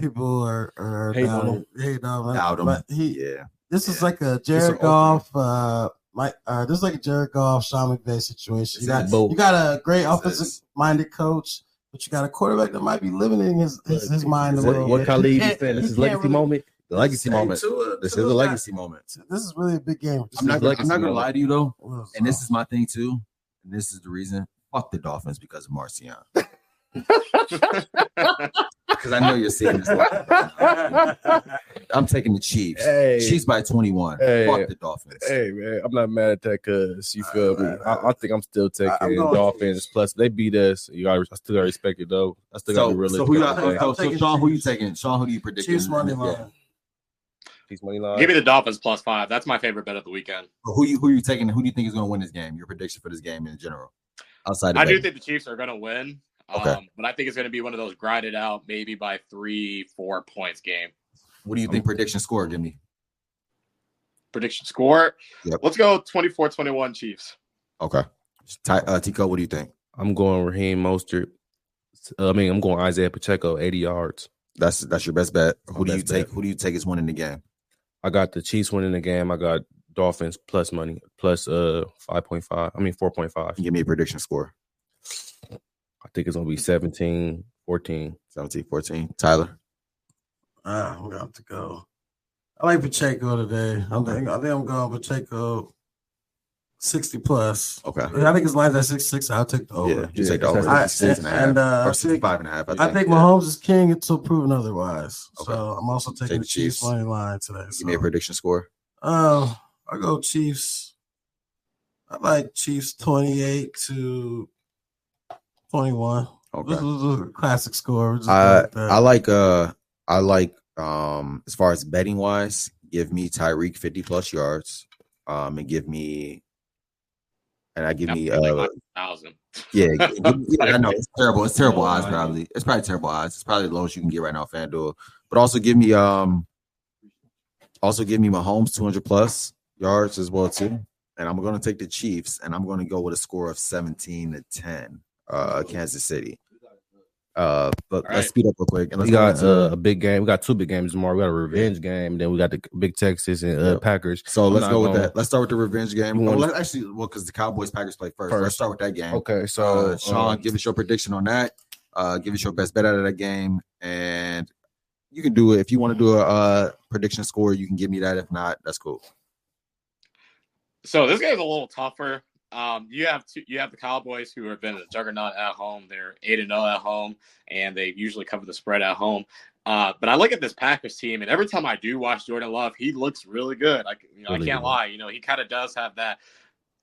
Speaker 3: people are are
Speaker 1: Hate on
Speaker 3: down,
Speaker 1: him.
Speaker 3: hate on him.
Speaker 2: Doubt him.
Speaker 3: But he,
Speaker 2: Yeah.
Speaker 3: this is
Speaker 2: Yeah.
Speaker 3: like a
Speaker 2: an
Speaker 3: Jared
Speaker 2: opener.
Speaker 3: Goff, uh, like uh, this is like a Jared Goff, Sean McVay situation. You got,
Speaker 2: Boom.
Speaker 3: you got a great
Speaker 2: This
Speaker 3: offensive
Speaker 2: is-
Speaker 3: minded coach, but you got a quarterback that might be limiting his his, his mind a
Speaker 2: Is
Speaker 3: little
Speaker 2: that what
Speaker 3: bit.
Speaker 2: Khalid
Speaker 3: You
Speaker 2: is
Speaker 3: can't-
Speaker 2: saying? This
Speaker 3: you
Speaker 2: is
Speaker 3: can't
Speaker 2: legacy
Speaker 3: really-
Speaker 2: moment. The legacy
Speaker 3: Hey,
Speaker 2: moment.
Speaker 3: Tua-
Speaker 2: This is
Speaker 3: Tua's
Speaker 2: a
Speaker 3: not-
Speaker 2: legacy moment.
Speaker 3: This is really a big game.
Speaker 2: I'm not,
Speaker 1: legacy
Speaker 2: I'm not gonna
Speaker 1: moment.
Speaker 2: lie to you though, and this is my thing too, and this is the reason. Fuck the Dolphins because of Marcion. Because I know you're seeing this. I'm taking the Chiefs.
Speaker 1: Hey.
Speaker 2: Chiefs by 21.
Speaker 1: Hey.
Speaker 2: Fuck the Dolphins.
Speaker 1: Hey man, I'm not mad at that because you feel me.
Speaker 2: Uh,
Speaker 1: I, I think I'm still taking
Speaker 3: I'm going-
Speaker 1: Dolphins. Plus, they beat us. You got, I still got to respect it though. I still got to be
Speaker 2: So,
Speaker 1: realistic.
Speaker 2: so who you
Speaker 1: about
Speaker 3: I'm
Speaker 2: so,
Speaker 1: that.
Speaker 2: so,
Speaker 3: taking
Speaker 2: Sean, who you
Speaker 3: Chiefs.
Speaker 2: taking? Sean, who do you predict?
Speaker 3: Chiefs
Speaker 2: in-
Speaker 3: money
Speaker 2: yeah.
Speaker 3: line.
Speaker 1: He's money line.
Speaker 4: Give me the Dolphins plus five. That's my favorite bet of the weekend.
Speaker 2: Who you who you taking? Who do you think is going to win this game? Your prediction for this game in general, outside of
Speaker 4: I do
Speaker 2: betting.
Speaker 4: think the Chiefs are going to win,
Speaker 2: Okay.
Speaker 4: um, but I think it's going to be one of those grinded out, maybe by three, four points game.
Speaker 2: What do you think? Prediction score? Give me.
Speaker 4: Prediction score.
Speaker 2: Yep.
Speaker 4: Let's go 24-21 Chiefs.
Speaker 2: Okay. Ty, uh, Tico, what do you think?
Speaker 1: I'm going Raheem Mostert. Uh, I mean, I'm going Isaiah Pacheco, 80 yards.
Speaker 2: That's that's your best bet.
Speaker 1: My
Speaker 2: Who do you
Speaker 1: best bet.
Speaker 2: take? Who do you take is winning the game?
Speaker 1: I got the Chiefs winning the game. I got Dolphins plus money plus uh 5.5. I mean 4.5.
Speaker 2: Give me a prediction score.
Speaker 1: I think it's gonna be 17, 14.
Speaker 2: 17 14. Tyler.
Speaker 3: Ah, I'm going to go. I like Pacheco today. I'm think, I think I'm going Pacheco 60 plus.
Speaker 2: Okay.
Speaker 3: I think his line's at 66. I'll take the over.
Speaker 2: Yeah, you take the
Speaker 1: Yeah,
Speaker 2: over.
Speaker 3: I-
Speaker 2: 66 and a half,
Speaker 3: and, uh,
Speaker 2: or 65 and a half. I think,
Speaker 3: I think Mahomes is king until proven otherwise.
Speaker 2: Okay.
Speaker 3: So I'm also taking
Speaker 2: the
Speaker 3: the Chiefs
Speaker 2: Chiefs.
Speaker 3: money line today.
Speaker 2: Give me a
Speaker 3: So.
Speaker 2: prediction score.
Speaker 3: Uh, I go Chiefs. I like Chiefs 28 to 21. This
Speaker 2: Okay.
Speaker 3: was a classic score. We're just
Speaker 2: I
Speaker 3: going with that.
Speaker 2: I like uh I like um as far as betting wise, give me Tyreek 50 plus yards. Um and give me and I give me
Speaker 4: Definitely
Speaker 2: uh
Speaker 4: like thousand.
Speaker 2: yeah, give me- yeah, I know it's terrible. It's terrible odds probably. It's probably terrible odds. It's probably the lowest you can get right now, FanDuel. But also give me um also give me Mahomes 200 plus yards as well too. And I'm going to take the Chiefs and I'm going to go with a score of 17 to 10 uh Kansas City. Uh but
Speaker 4: All right.
Speaker 2: let's speed up real quick and
Speaker 1: We
Speaker 2: let's
Speaker 1: got
Speaker 2: go into-
Speaker 1: uh, a big game. We got two big games tomorrow. We got a revenge game. Then we got the big Texas and uh,
Speaker 2: Yep.
Speaker 1: Packers.
Speaker 2: So
Speaker 1: I'm
Speaker 2: let's
Speaker 1: not
Speaker 2: go with
Speaker 1: gonna-
Speaker 2: that. Let's start with the revenge game.
Speaker 1: You
Speaker 2: Well,
Speaker 1: wanna-
Speaker 2: let, actually, well, because the Cowboys Packers play first.
Speaker 1: First.
Speaker 2: Let's start with that game.
Speaker 1: Okay, so
Speaker 2: Uh, Sean,
Speaker 1: um,
Speaker 2: give us your prediction on that. Uh, give us your best bet out of that game, and you can do it if you want to do a uh, prediction score. You can give me that. If not, that's cool.
Speaker 4: So this game's a little tougher. Um, you have two, you have the Cowboys who have been the juggernaut at home. They're eight and zero at home, and they usually cover the spread at home. Uh, but I look at this Packers team, and every time I do watch Jordan Love, he looks really good. I, c- you know,
Speaker 1: Really
Speaker 4: I can't
Speaker 1: good.
Speaker 4: lie. You know, he kind of does have that.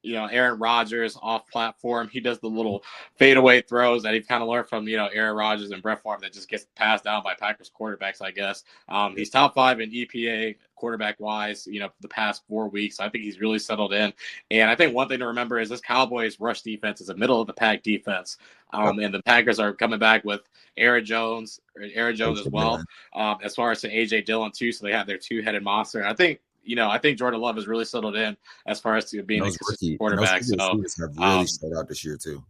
Speaker 4: You know, Aaron Rodgers off platform. He does the little fadeaway throws that he's kind of learned from you know Aaron Rodgers and Brett Favre that just gets passed down by Packers quarterbacks, I guess. Um, he's top five in EPA quarterback wise, you know, the past four weeks. I think he's really settled in. And I think one thing to remember is this Cowboys rush defense is a middle of the pack defense. Um, and the Packers are coming back with Aaron Jones, Aaron Jones as well, um, as far as to AJ Dillon too. So they have their two headed monster. And I think, you know, I think Jordan Love is really settled in as far as to being
Speaker 2: And
Speaker 4: a
Speaker 2: those
Speaker 4: consistent
Speaker 2: rookie- and those
Speaker 4: quarterback.
Speaker 2: rookie
Speaker 4: So
Speaker 2: receivers have really
Speaker 4: uh, um,
Speaker 2: showed out this year too.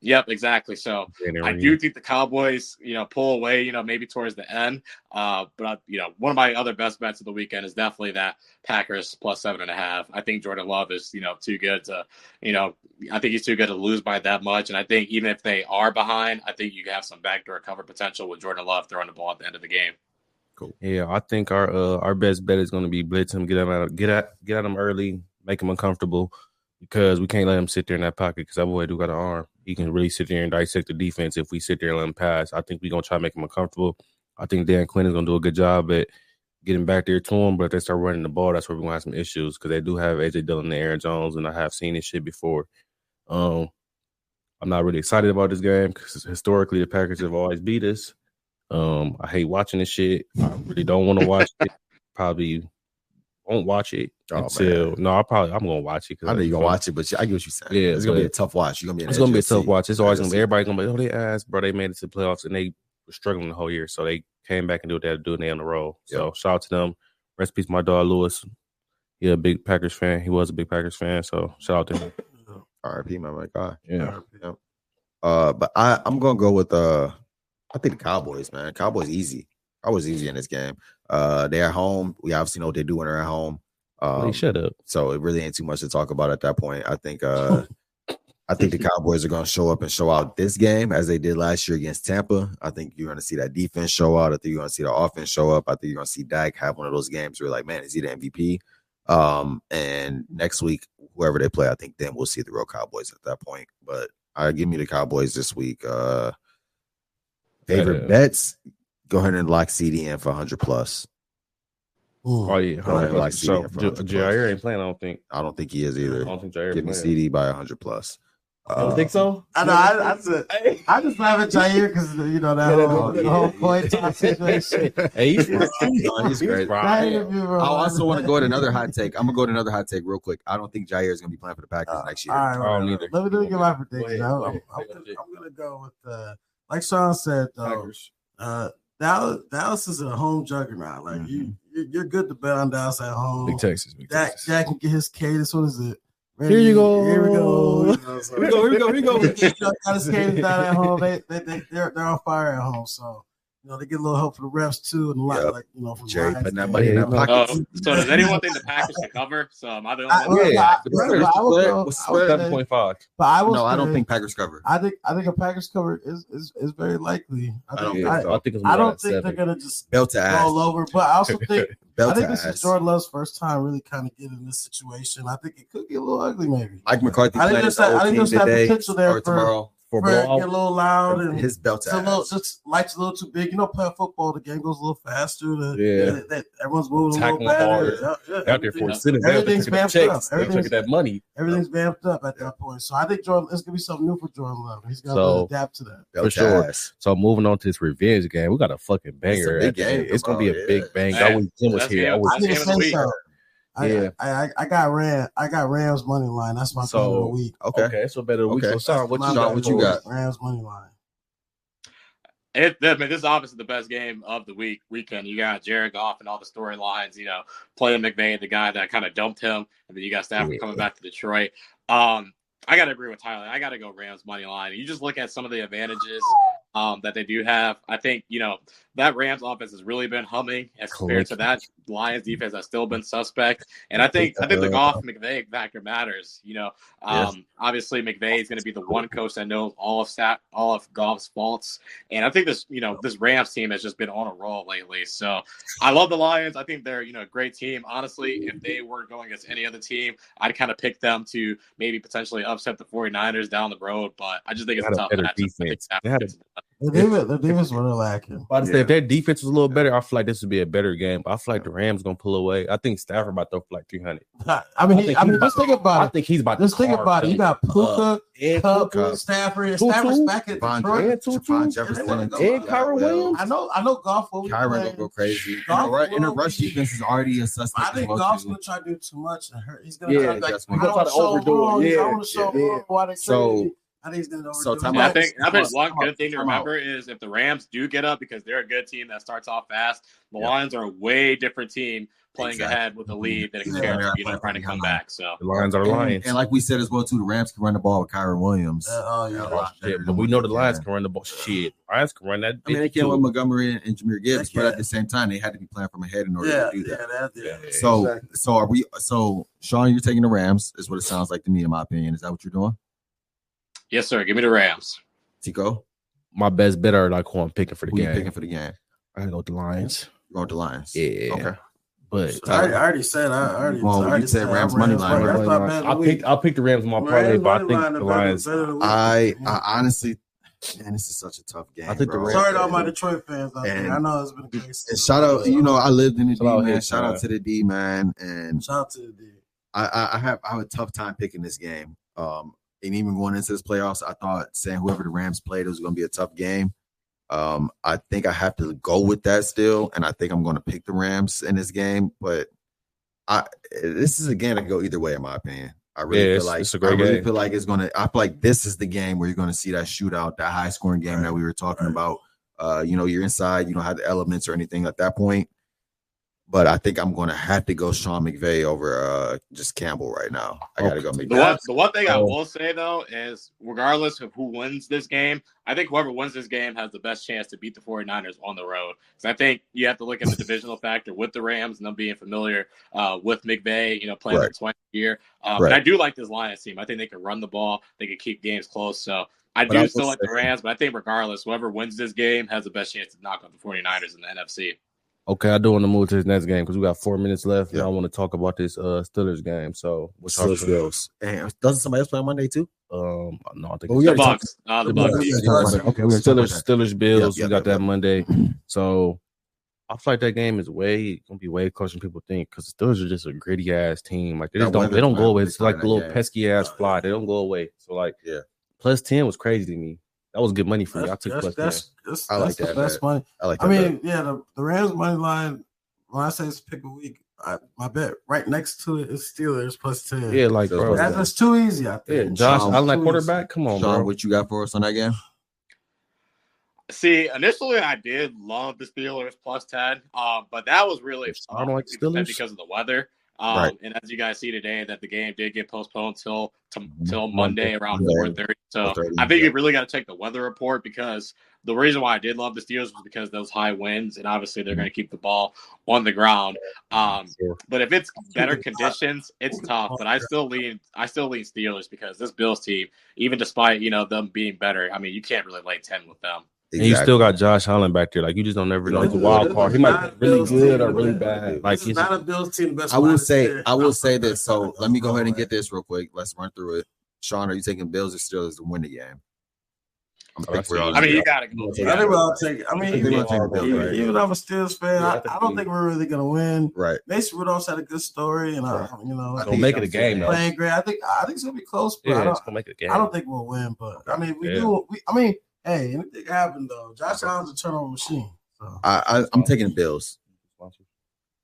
Speaker 4: Yep, exactly. So I do think the Cowboys, you know, pull away, you know, maybe towards the end. Uh, but I, you know, one of my other best bets of the weekend is definitely that Packers plus seven and a half. I think Jordan Love is, you know, too good to, you know, I think he's too good to lose by that much. And I think even if they are behind, I think you have some backdoor cover potential with Jordan Love throwing the ball at the end of the game.
Speaker 1: Yeah, I think our uh, our best bet is going to be blitz him, get him out, get out, get at him early, make him uncomfortable, because we can't let him sit there in that pocket. Because that boy do got an arm; he can really sit there and dissect the defense. If we sit there and let him pass, I think we're gonna try to make him uncomfortable. I think Dan Quinn is gonna do a good job at getting back there to him, but if they start running the ball, that's where we're gonna have some issues because they do have AJ Dillon and Aaron Jones, and I have seen this shit before. Um, I'm not really excited about this game because historically the Packers have always beat us. Um, I hate watching this shit. I really don't want to watch it. Probably won't watch it
Speaker 2: Oh,
Speaker 1: until
Speaker 2: man.
Speaker 1: no. I probably I'm gonna watch it. 'cause
Speaker 2: I know you're gonna
Speaker 1: fuck-
Speaker 2: watch it, but I get what you said.
Speaker 1: Yeah,
Speaker 2: it's gonna be
Speaker 1: but-
Speaker 2: a tough watch. You're gonna be. in
Speaker 1: It's gonna be a
Speaker 2: SJC.
Speaker 1: tough watch. It's always gonna be
Speaker 2: SJC.
Speaker 1: everybody gonna be oh they ass, bro. They made it to the playoffs and they were struggling the whole year, so they came back and did what they had to do and they on the roll. So shout out to them. Rest in peace, my dog Lewis. He a big Packers fan. He was a big Packers fan, so shout out to him.
Speaker 2: R.I.P. Man, my God.
Speaker 1: Yeah.
Speaker 2: Uh, but I I'm gonna go with uh, I think the Cowboys, man. Cowboys easy. Cowboys easy in this game. Uh, they're at home. We obviously know what they do when they're at home. Um,
Speaker 1: Hey, shut up.
Speaker 2: so it really ain't too much to talk about at that point. I think uh I think the Cowboys are gonna show up and show out this game as they did last year against Tampa. I think you're gonna see that defense show out. I think you're gonna see the offense show up. I think you're gonna see Dak have one of those games where you're like, man, is he the MVP? Um and next week, whoever they play, I think then we'll see the real Cowboys at that point. But I give me the Cowboys this week. Uh favorite
Speaker 1: Yeah.
Speaker 2: bets. Go ahead and lock CD in for 100 plus.
Speaker 1: Oh
Speaker 3: Mm.
Speaker 1: yeah,
Speaker 2: Go ahead, like, see
Speaker 1: so
Speaker 2: him for
Speaker 1: J- Jair ain't playing. I don't think.
Speaker 2: I don't think he is
Speaker 1: I
Speaker 2: either.
Speaker 1: don't think Jair.
Speaker 2: Give me
Speaker 1: playing.
Speaker 2: CD by 100 plus. Uh,
Speaker 1: so.
Speaker 3: I know. I, I, said,
Speaker 1: Hey,
Speaker 3: I just laugh at Jair because you know that
Speaker 1: Yeah,
Speaker 3: whole,
Speaker 1: that-
Speaker 3: the whole coin toss situation.
Speaker 1: he's,
Speaker 2: Nah, he's great.
Speaker 3: That
Speaker 1: fried.
Speaker 3: interview
Speaker 2: I
Speaker 3: reminded
Speaker 2: also want to
Speaker 3: me-
Speaker 2: go to another hot take. I'm gonna go to another hot take real quick. I don't think Jair is gonna be playing for the Packers next year.
Speaker 3: Uh, All right,
Speaker 1: I
Speaker 3: all right,
Speaker 1: don't either.
Speaker 3: Let me let me get my
Speaker 1: ahead,
Speaker 3: prediction.
Speaker 1: go
Speaker 3: I'm, I'm,
Speaker 1: ahead.
Speaker 3: I'm,
Speaker 1: Go
Speaker 3: gonna,
Speaker 1: ahead.
Speaker 3: I'm gonna go with uh, like Sean said though.
Speaker 1: Packers.
Speaker 3: Uh, Dallas, Dallas is a home juggernaut. Like you, you, you're good to bet on Dallas at home.
Speaker 8: Big Texas. Big
Speaker 3: Dak,
Speaker 8: Texas.
Speaker 3: Dak can get his cadence. What is it?
Speaker 8: Here you go.
Speaker 3: Here we go. You know, so-
Speaker 8: Here we go. Here we go. Here we go.
Speaker 3: got his cadence down at home. They, they, they, they're, they're on fire at home. So, you know, they get a little help from the refs too. And a lot,
Speaker 2: Yep.
Speaker 3: like, you know, from
Speaker 2: Jerry
Speaker 3: Lions
Speaker 2: putting that
Speaker 3: game.
Speaker 2: money in
Speaker 1: Yeah,
Speaker 2: that
Speaker 1: you know.
Speaker 2: pocket.
Speaker 4: Oh, so does anyone think the Packers can cover? So am I the
Speaker 3: I,
Speaker 4: only one?
Speaker 3: well,
Speaker 2: Yeah,
Speaker 3: I-
Speaker 2: the
Speaker 3: but
Speaker 2: Packers
Speaker 3: I will
Speaker 2: split was
Speaker 3: go- I will
Speaker 2: split.
Speaker 3: say-
Speaker 1: Seven point five.
Speaker 3: But I will
Speaker 2: No, I don't
Speaker 3: say-
Speaker 2: think Packers cover.
Speaker 3: I think I think a Packers cover is is, is very likely. I
Speaker 2: I
Speaker 3: think
Speaker 2: don't
Speaker 3: I,
Speaker 2: think so.
Speaker 1: I think it's
Speaker 3: I
Speaker 1: more
Speaker 3: don't
Speaker 1: like
Speaker 3: think
Speaker 1: seven.
Speaker 3: they're gonna just
Speaker 2: Belt to
Speaker 3: roll
Speaker 2: ass.
Speaker 3: over. But I also think I
Speaker 2: Belt to
Speaker 3: think this is
Speaker 2: ass.
Speaker 3: Jordan Love's first time really kind of getting in this situation. I think it could be a little ugly, maybe.
Speaker 2: Mike McCarthy
Speaker 3: I think
Speaker 2: playing
Speaker 3: there's
Speaker 2: his
Speaker 3: that, I
Speaker 2: old
Speaker 3: think
Speaker 2: team
Speaker 3: there's that
Speaker 2: today
Speaker 3: potential there
Speaker 2: or
Speaker 3: for,
Speaker 2: tomorrow.
Speaker 1: For
Speaker 3: for it
Speaker 1: ball,
Speaker 3: get a little loud and
Speaker 2: His belt
Speaker 3: it's
Speaker 2: to
Speaker 3: a little
Speaker 2: ass.
Speaker 3: just lights a little too big. You know, playing football, the game goes a little faster. The,
Speaker 1: Yeah.
Speaker 3: the- that- everyone's moving a
Speaker 1: Tackling
Speaker 3: little better.
Speaker 1: hard.
Speaker 3: Yeah, yeah,
Speaker 1: out there for
Speaker 3: everything-
Speaker 1: a sitting down,
Speaker 3: Everything's
Speaker 1: checking
Speaker 3: vamped up.
Speaker 1: checks, they're
Speaker 3: Everything's-
Speaker 1: checking that money.
Speaker 3: Everything's vamped up at that point. So I think Jordan, it's gonna be something new for Jordan Love. He's gonna
Speaker 1: So-
Speaker 3: really adapt to that.
Speaker 2: Belt
Speaker 1: For
Speaker 2: to
Speaker 1: sure.
Speaker 2: ass.
Speaker 1: So moving on to this revenge game, we got a fucking
Speaker 2: It's a
Speaker 1: banger.
Speaker 2: big
Speaker 1: at the
Speaker 2: game
Speaker 1: end. It's gonna be a
Speaker 2: tomorrow, yeah.
Speaker 1: big bang. I
Speaker 4: Man,
Speaker 1: wish Tim was
Speaker 4: that's
Speaker 1: here. I
Speaker 4: game-
Speaker 1: wish
Speaker 3: I need to
Speaker 4: Game of
Speaker 3: say
Speaker 4: the week.
Speaker 3: so. I,
Speaker 1: Yeah.
Speaker 3: I, I I got Ram I got Rams money line. That's my
Speaker 1: So-
Speaker 3: favorite of the week.
Speaker 2: Okay.
Speaker 1: okay. So better week.
Speaker 2: Okay.
Speaker 1: So Sean, what
Speaker 3: My
Speaker 1: you
Speaker 2: Sean,
Speaker 1: got?
Speaker 3: favorite
Speaker 2: what you
Speaker 3: of the
Speaker 2: got?
Speaker 3: week, Rams money line.
Speaker 4: It, I mean, this is obviously the best game of the week weekend. You got Jared Goff and all the storylines. You know, playing McVay, the guy that kind of dumped him, and then you got Stafford coming back to Detroit. Um, I gotta agree with Tyler. I gotta go Rams money line. You just look at some of the advantages um, that they do have. I think you know that Rams offense has really been humming as compared to that Lions defense that's still been suspect. And I think I think the Goff McVay factor matters. You know, um, obviously McVay is going to be the one coach that knows all of Stat, all of Goff's faults. And I think this, you know, this Rams team has just been on a roll lately. So I love the Lions. I think they're, you know, a great team. Honestly, if they were going against any other team, I'd kind of pick them to maybe potentially upset the 49ers down the road. But I just think it's
Speaker 1: They had
Speaker 4: a
Speaker 1: a
Speaker 4: tough
Speaker 1: better
Speaker 4: matchup. I think
Speaker 1: defense.
Speaker 4: that-
Speaker 1: They had a-
Speaker 3: The defense, the defense were lacking.
Speaker 1: About to say,
Speaker 2: Yeah.
Speaker 1: if their defense was a little better, I feel like this would be a better game. But I feel like the Rams gonna pull away. I think Stafford about to throw for like three hundred.
Speaker 3: I mean,
Speaker 1: I
Speaker 3: he,
Speaker 1: think
Speaker 3: I mean,
Speaker 1: he-
Speaker 3: just think
Speaker 1: I
Speaker 3: about it.
Speaker 1: think he's about.
Speaker 3: Just
Speaker 1: to
Speaker 3: think
Speaker 1: carve
Speaker 3: about it. You
Speaker 1: them.
Speaker 3: got Puka,
Speaker 1: And
Speaker 3: Cup,
Speaker 2: Cup.
Speaker 3: Stafford, and
Speaker 1: Tutu,
Speaker 3: Stafford's back at
Speaker 2: Von
Speaker 3: Detroit.
Speaker 1: Jefferson.
Speaker 2: Jefferson,
Speaker 1: Tutu,
Speaker 2: Javon
Speaker 3: and
Speaker 2: Jefferson,
Speaker 1: Kyron Williams.
Speaker 3: I know, I know, golf will be
Speaker 2: Kyron gonna
Speaker 3: playing.
Speaker 2: go crazy. And
Speaker 3: Goff
Speaker 2: the ru- and the
Speaker 3: will
Speaker 2: rush
Speaker 3: be-
Speaker 2: defense is already a
Speaker 3: But
Speaker 2: suspect.
Speaker 3: I think
Speaker 2: as well,
Speaker 3: golf's
Speaker 2: too.
Speaker 3: gonna try to do too much and hurt. He's gonna
Speaker 2: Yeah,
Speaker 3: try to, like,
Speaker 2: that's
Speaker 3: I
Speaker 2: what-
Speaker 3: don't want to show
Speaker 1: overdo it.
Speaker 3: wrong. I
Speaker 1: Yeah,
Speaker 3: want to show
Speaker 1: yeah.
Speaker 3: wrong. Why they
Speaker 2: So-
Speaker 3: crazy. I think he's gonna overdo
Speaker 2: So,
Speaker 3: it.
Speaker 2: time
Speaker 4: And I think I
Speaker 2: Come
Speaker 4: think
Speaker 2: on,
Speaker 4: one
Speaker 2: come on,
Speaker 4: good thing to
Speaker 2: come on.
Speaker 4: remember is if the Rams do get up because they're a good team that starts off fast, the Lions are a way different team playing
Speaker 2: Exactly.
Speaker 4: ahead with a lead than
Speaker 2: Yeah,
Speaker 4: compared
Speaker 2: they're
Speaker 4: to you know
Speaker 2: playing
Speaker 4: trying to come
Speaker 2: behind.
Speaker 4: back. So
Speaker 1: The Lions are the
Speaker 2: And,
Speaker 1: Lions.
Speaker 2: and like we said as well too, the Rams can run the ball with Kyron Williams.
Speaker 3: Uh, oh yeah,
Speaker 2: Yeah.
Speaker 1: Shit, but we know the Lions can run the ball. Shit, Lions can run that.
Speaker 2: I mean, they
Speaker 1: bitch
Speaker 2: can't
Speaker 1: too.
Speaker 2: with Montgomery and, and Jameer Gibbs,
Speaker 3: They
Speaker 2: but at
Speaker 3: can.
Speaker 2: the same time, they had to be playing from ahead in order
Speaker 3: yeah,
Speaker 2: to do
Speaker 3: yeah,
Speaker 2: that.
Speaker 3: that, yeah.
Speaker 1: Yeah.
Speaker 2: So,
Speaker 3: Exactly.
Speaker 2: so are we? So, Sean, you're taking the Rams, is what it sounds like to me, in my opinion. Is that what you're doing,
Speaker 4: yes, sir. Give me the Rams.
Speaker 2: Tico?
Speaker 1: my best bet are like who I'm picking for the
Speaker 2: Who you
Speaker 1: game.
Speaker 2: picking for the game?
Speaker 1: I gotta go with the Lions.
Speaker 2: You're going with the Lions.
Speaker 1: Yeah.
Speaker 2: Okay.
Speaker 1: But
Speaker 3: I already, I already said I already,
Speaker 2: Well,
Speaker 3: I already
Speaker 2: you said Rams
Speaker 3: I'm
Speaker 2: money line,
Speaker 3: That's
Speaker 2: right?
Speaker 3: my bet.
Speaker 1: I picked I picked the Rams in my parlay, but I think the Lions.
Speaker 2: I, I honestly, man, this is such a tough game.
Speaker 1: I think the
Speaker 2: bro.
Speaker 1: Rams-
Speaker 3: Sorry to all my Detroit fans out
Speaker 2: And-
Speaker 3: there. I know it's been a great
Speaker 2: And
Speaker 3: season.
Speaker 2: shout out, you know, I lived in the D,
Speaker 1: Shout out uh,
Speaker 2: man.
Speaker 1: here,
Speaker 2: Shout out
Speaker 1: man.
Speaker 2: to the D, man. And
Speaker 3: shout out to the D.
Speaker 2: I, I, I have I have a tough time picking this game. Um, and even going into this playoffs, I thought saying whoever the Rams played it was going to be a tough game. Um, I think I have to go with that still, and I think I'm going to pick the Rams in this game. But I, this is a game that can go either way, in my opinion. I really
Speaker 1: Yeah,
Speaker 2: feel
Speaker 1: it's-
Speaker 2: like
Speaker 1: it's a great
Speaker 2: I really
Speaker 1: game.
Speaker 2: feel like it's going to. I feel like this is the game where you're going to see that shootout, that high scoring game that we were talking
Speaker 3: Right.
Speaker 2: about. Uh, you know, you're inside, you don't have the elements or anything at that point but I think I'm going to have to go Sean McVay over uh just Campbell right now. I got to go
Speaker 4: The
Speaker 2: McVay.
Speaker 4: one, the one thing I
Speaker 1: Oh.
Speaker 4: will say though is regardless of who wins this game, I think whoever wins this game has the best chance to beat the 49ers on the road. So I think you have to look at the divisional factor with the Rams and them being familiar uh, with McVay, you know, playing
Speaker 2: Right.
Speaker 4: the 20 year. Um,
Speaker 2: Right.
Speaker 4: and I do like this Lions team. I think they can run the ball, they can keep games close. So I
Speaker 1: But
Speaker 4: do
Speaker 1: I will
Speaker 4: still like the
Speaker 1: say-
Speaker 4: Rams, but I think regardless, whoever wins this game has the best chance to knock out the 49ers in the NFC.
Speaker 1: Okay, I do want to move to this next game because we got four minutes left,
Speaker 2: Yeah.
Speaker 1: and I want to talk about this uh Steelers game. So what's our
Speaker 2: Steelers goes. Damn, doesn't somebody else play on Monday too?
Speaker 1: um? No, I think
Speaker 2: Oh,
Speaker 1: it's-
Speaker 2: yeah,
Speaker 4: The Bucks. Uh, the
Speaker 1: the
Speaker 4: Bucks.
Speaker 1: Bucks.
Speaker 2: Okay, we
Speaker 1: Steelers, Steelers, Bills.
Speaker 2: Yeah, yeah,
Speaker 1: we got
Speaker 2: yeah,
Speaker 1: that Monday. So I feel like that game is way gonna be way closer than people think because the Steelers are just a gritty ass team. Like they
Speaker 2: Yeah,
Speaker 1: just
Speaker 2: one
Speaker 1: don't
Speaker 2: of
Speaker 1: they don't
Speaker 2: the-
Speaker 1: go away.
Speaker 2: they
Speaker 1: It's like the
Speaker 2: started that
Speaker 1: little
Speaker 2: game.
Speaker 1: pesky ass fly. They don't go away. So like
Speaker 2: Yeah.
Speaker 1: plus ten was crazy to me. That was good money for me. I
Speaker 3: That's,
Speaker 1: took
Speaker 3: that's,
Speaker 1: plus
Speaker 3: that's, that's,
Speaker 2: I like
Speaker 3: that's
Speaker 2: that
Speaker 3: the best
Speaker 2: bet.
Speaker 3: money.
Speaker 2: I like. That
Speaker 3: I mean, yeah, the, the Rams money line. When I say it's pick a week, I, my bet right next to it is Steelers plus ten.
Speaker 1: ten. Yeah, like
Speaker 2: That's
Speaker 1: bro.
Speaker 2: what-
Speaker 3: that's, that's too easy. I
Speaker 1: Yeah,
Speaker 3: think.
Speaker 1: Josh
Speaker 2: Sean-
Speaker 1: Allen at
Speaker 3: Too
Speaker 1: quarterback. Come on,
Speaker 2: Sean,
Speaker 1: bro.
Speaker 2: what you got for us on that game?
Speaker 4: See, initially I did love the Steelers plus ten, um, but that was really
Speaker 1: I don't like
Speaker 4: um,
Speaker 1: Steelers.
Speaker 4: because of the weather. Um,
Speaker 2: Right.
Speaker 4: And as you guys see today, that the game did get postponed till t-
Speaker 2: Mhm.
Speaker 4: till Monday around
Speaker 2: Yeah.
Speaker 4: four thirty. So
Speaker 2: 4:30,
Speaker 4: I think
Speaker 2: yeah.
Speaker 4: you really got to check the weather report because the reason why I did love the Steelers was because those high winds, and obviously they're going to keep the ball on the ground. Um,
Speaker 1: Sure.
Speaker 4: but if it's better conditions, it's tough. But I still lean, I still lean Steelers because this Bills team, even despite you know them being better, I mean you can't really lay ten with them.
Speaker 1: And you still got Josh Allen back there. Like you just don't never know.
Speaker 2: Like
Speaker 1: Like a
Speaker 2: the wild
Speaker 1: wild
Speaker 3: card.
Speaker 1: card.
Speaker 3: He
Speaker 1: He
Speaker 3: might
Speaker 1: might
Speaker 3: be really
Speaker 1: really
Speaker 3: good
Speaker 1: good
Speaker 3: or
Speaker 1: or
Speaker 3: really
Speaker 1: really
Speaker 2: bad.
Speaker 1: bad.
Speaker 3: Like
Speaker 1: Like
Speaker 3: this is not a Bills team. Best
Speaker 2: I will
Speaker 3: line
Speaker 2: say.
Speaker 3: this
Speaker 2: I will
Speaker 3: year.
Speaker 2: say this. So let me go ahead and get this real quick. Let's run through it. Sean, are you taking Bills or Steelers to win the game? I'm
Speaker 1: Oh, I
Speaker 2: think we're
Speaker 1: see.
Speaker 2: all.
Speaker 4: I mean, you gotta go.
Speaker 2: Yeah.
Speaker 3: I think we'll all take. it. I
Speaker 2: I
Speaker 3: mean,
Speaker 2: think we're
Speaker 3: even,
Speaker 2: all taking Bills,
Speaker 3: even,
Speaker 2: right?
Speaker 3: even I'm a Steelers fan,
Speaker 1: Yeah, I
Speaker 3: I,
Speaker 1: think
Speaker 3: I don't
Speaker 1: we-
Speaker 3: think we're really gonna win.
Speaker 2: right.
Speaker 3: Mason Rudolph's had a good story, and I, you know,
Speaker 2: I
Speaker 1: don't
Speaker 2: think
Speaker 1: make
Speaker 2: so.
Speaker 1: it a game though.
Speaker 3: playing great. I think I think it's gonna be close, but I
Speaker 1: Yeah,
Speaker 3: don't.
Speaker 1: it's gonna make it a game.
Speaker 3: I don't think we'll win, but I mean, we
Speaker 1: Yeah.
Speaker 3: do. We, I mean, hey, anything happened though. Josh Allen's a turnover machine. So
Speaker 2: I, I I'm taking Bills.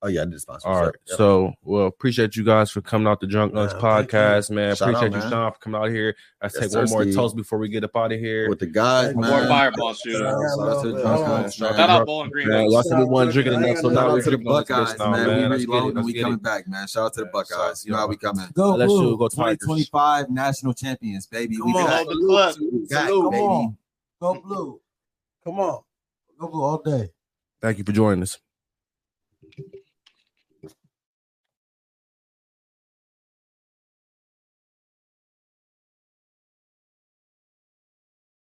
Speaker 2: Oh yeah, I did sponsor.
Speaker 1: All right.
Speaker 2: Sorry. Yep.
Speaker 1: So, well, appreciate you guys for coming out the Drunk Nuts
Speaker 3: Yeah, thank you.
Speaker 1: podcast, man.
Speaker 2: Shout out,
Speaker 1: appreciate you,
Speaker 2: man.
Speaker 1: Sean, for coming out here. Let's
Speaker 2: Yes,
Speaker 1: take one
Speaker 2: sir,
Speaker 1: more
Speaker 2: Steve.
Speaker 1: toast before we get up out of here.
Speaker 2: with the guys,
Speaker 3: One
Speaker 2: man.
Speaker 4: More fireball shooter.
Speaker 2: Shout out to the
Speaker 3: Shout
Speaker 2: Drunk
Speaker 3: out
Speaker 2: Nuts,
Speaker 1: to the
Speaker 4: Shout
Speaker 2: man.
Speaker 4: out Bowling Green.
Speaker 1: Man,
Speaker 4: man.
Speaker 1: lost we won drinking
Speaker 3: Shout
Speaker 1: enough, so
Speaker 3: out
Speaker 2: Shout
Speaker 1: now
Speaker 2: out
Speaker 1: we're
Speaker 2: to the
Speaker 1: drinking on this
Speaker 2: Buckeyes,
Speaker 1: bitch now,
Speaker 2: man.
Speaker 1: man.
Speaker 2: We
Speaker 1: Let's get it.
Speaker 2: reloading.
Speaker 1: Let's
Speaker 2: We
Speaker 1: get
Speaker 2: coming
Speaker 1: it.
Speaker 2: back, man. Shout out to the
Speaker 1: Yeah,
Speaker 2: Buckeyes.
Speaker 1: shout-
Speaker 2: You know how we coming.
Speaker 3: Go
Speaker 1: Let's
Speaker 3: Blue.
Speaker 1: shoot. Go Tigers.
Speaker 2: 2025 national champions, baby.
Speaker 3: Come
Speaker 2: we
Speaker 3: on,
Speaker 2: back.
Speaker 4: Hold the club.
Speaker 2: We back,
Speaker 3: Salute.
Speaker 2: baby.
Speaker 3: Go blue. Come on. Go blue all day.
Speaker 1: Thank you for joining us.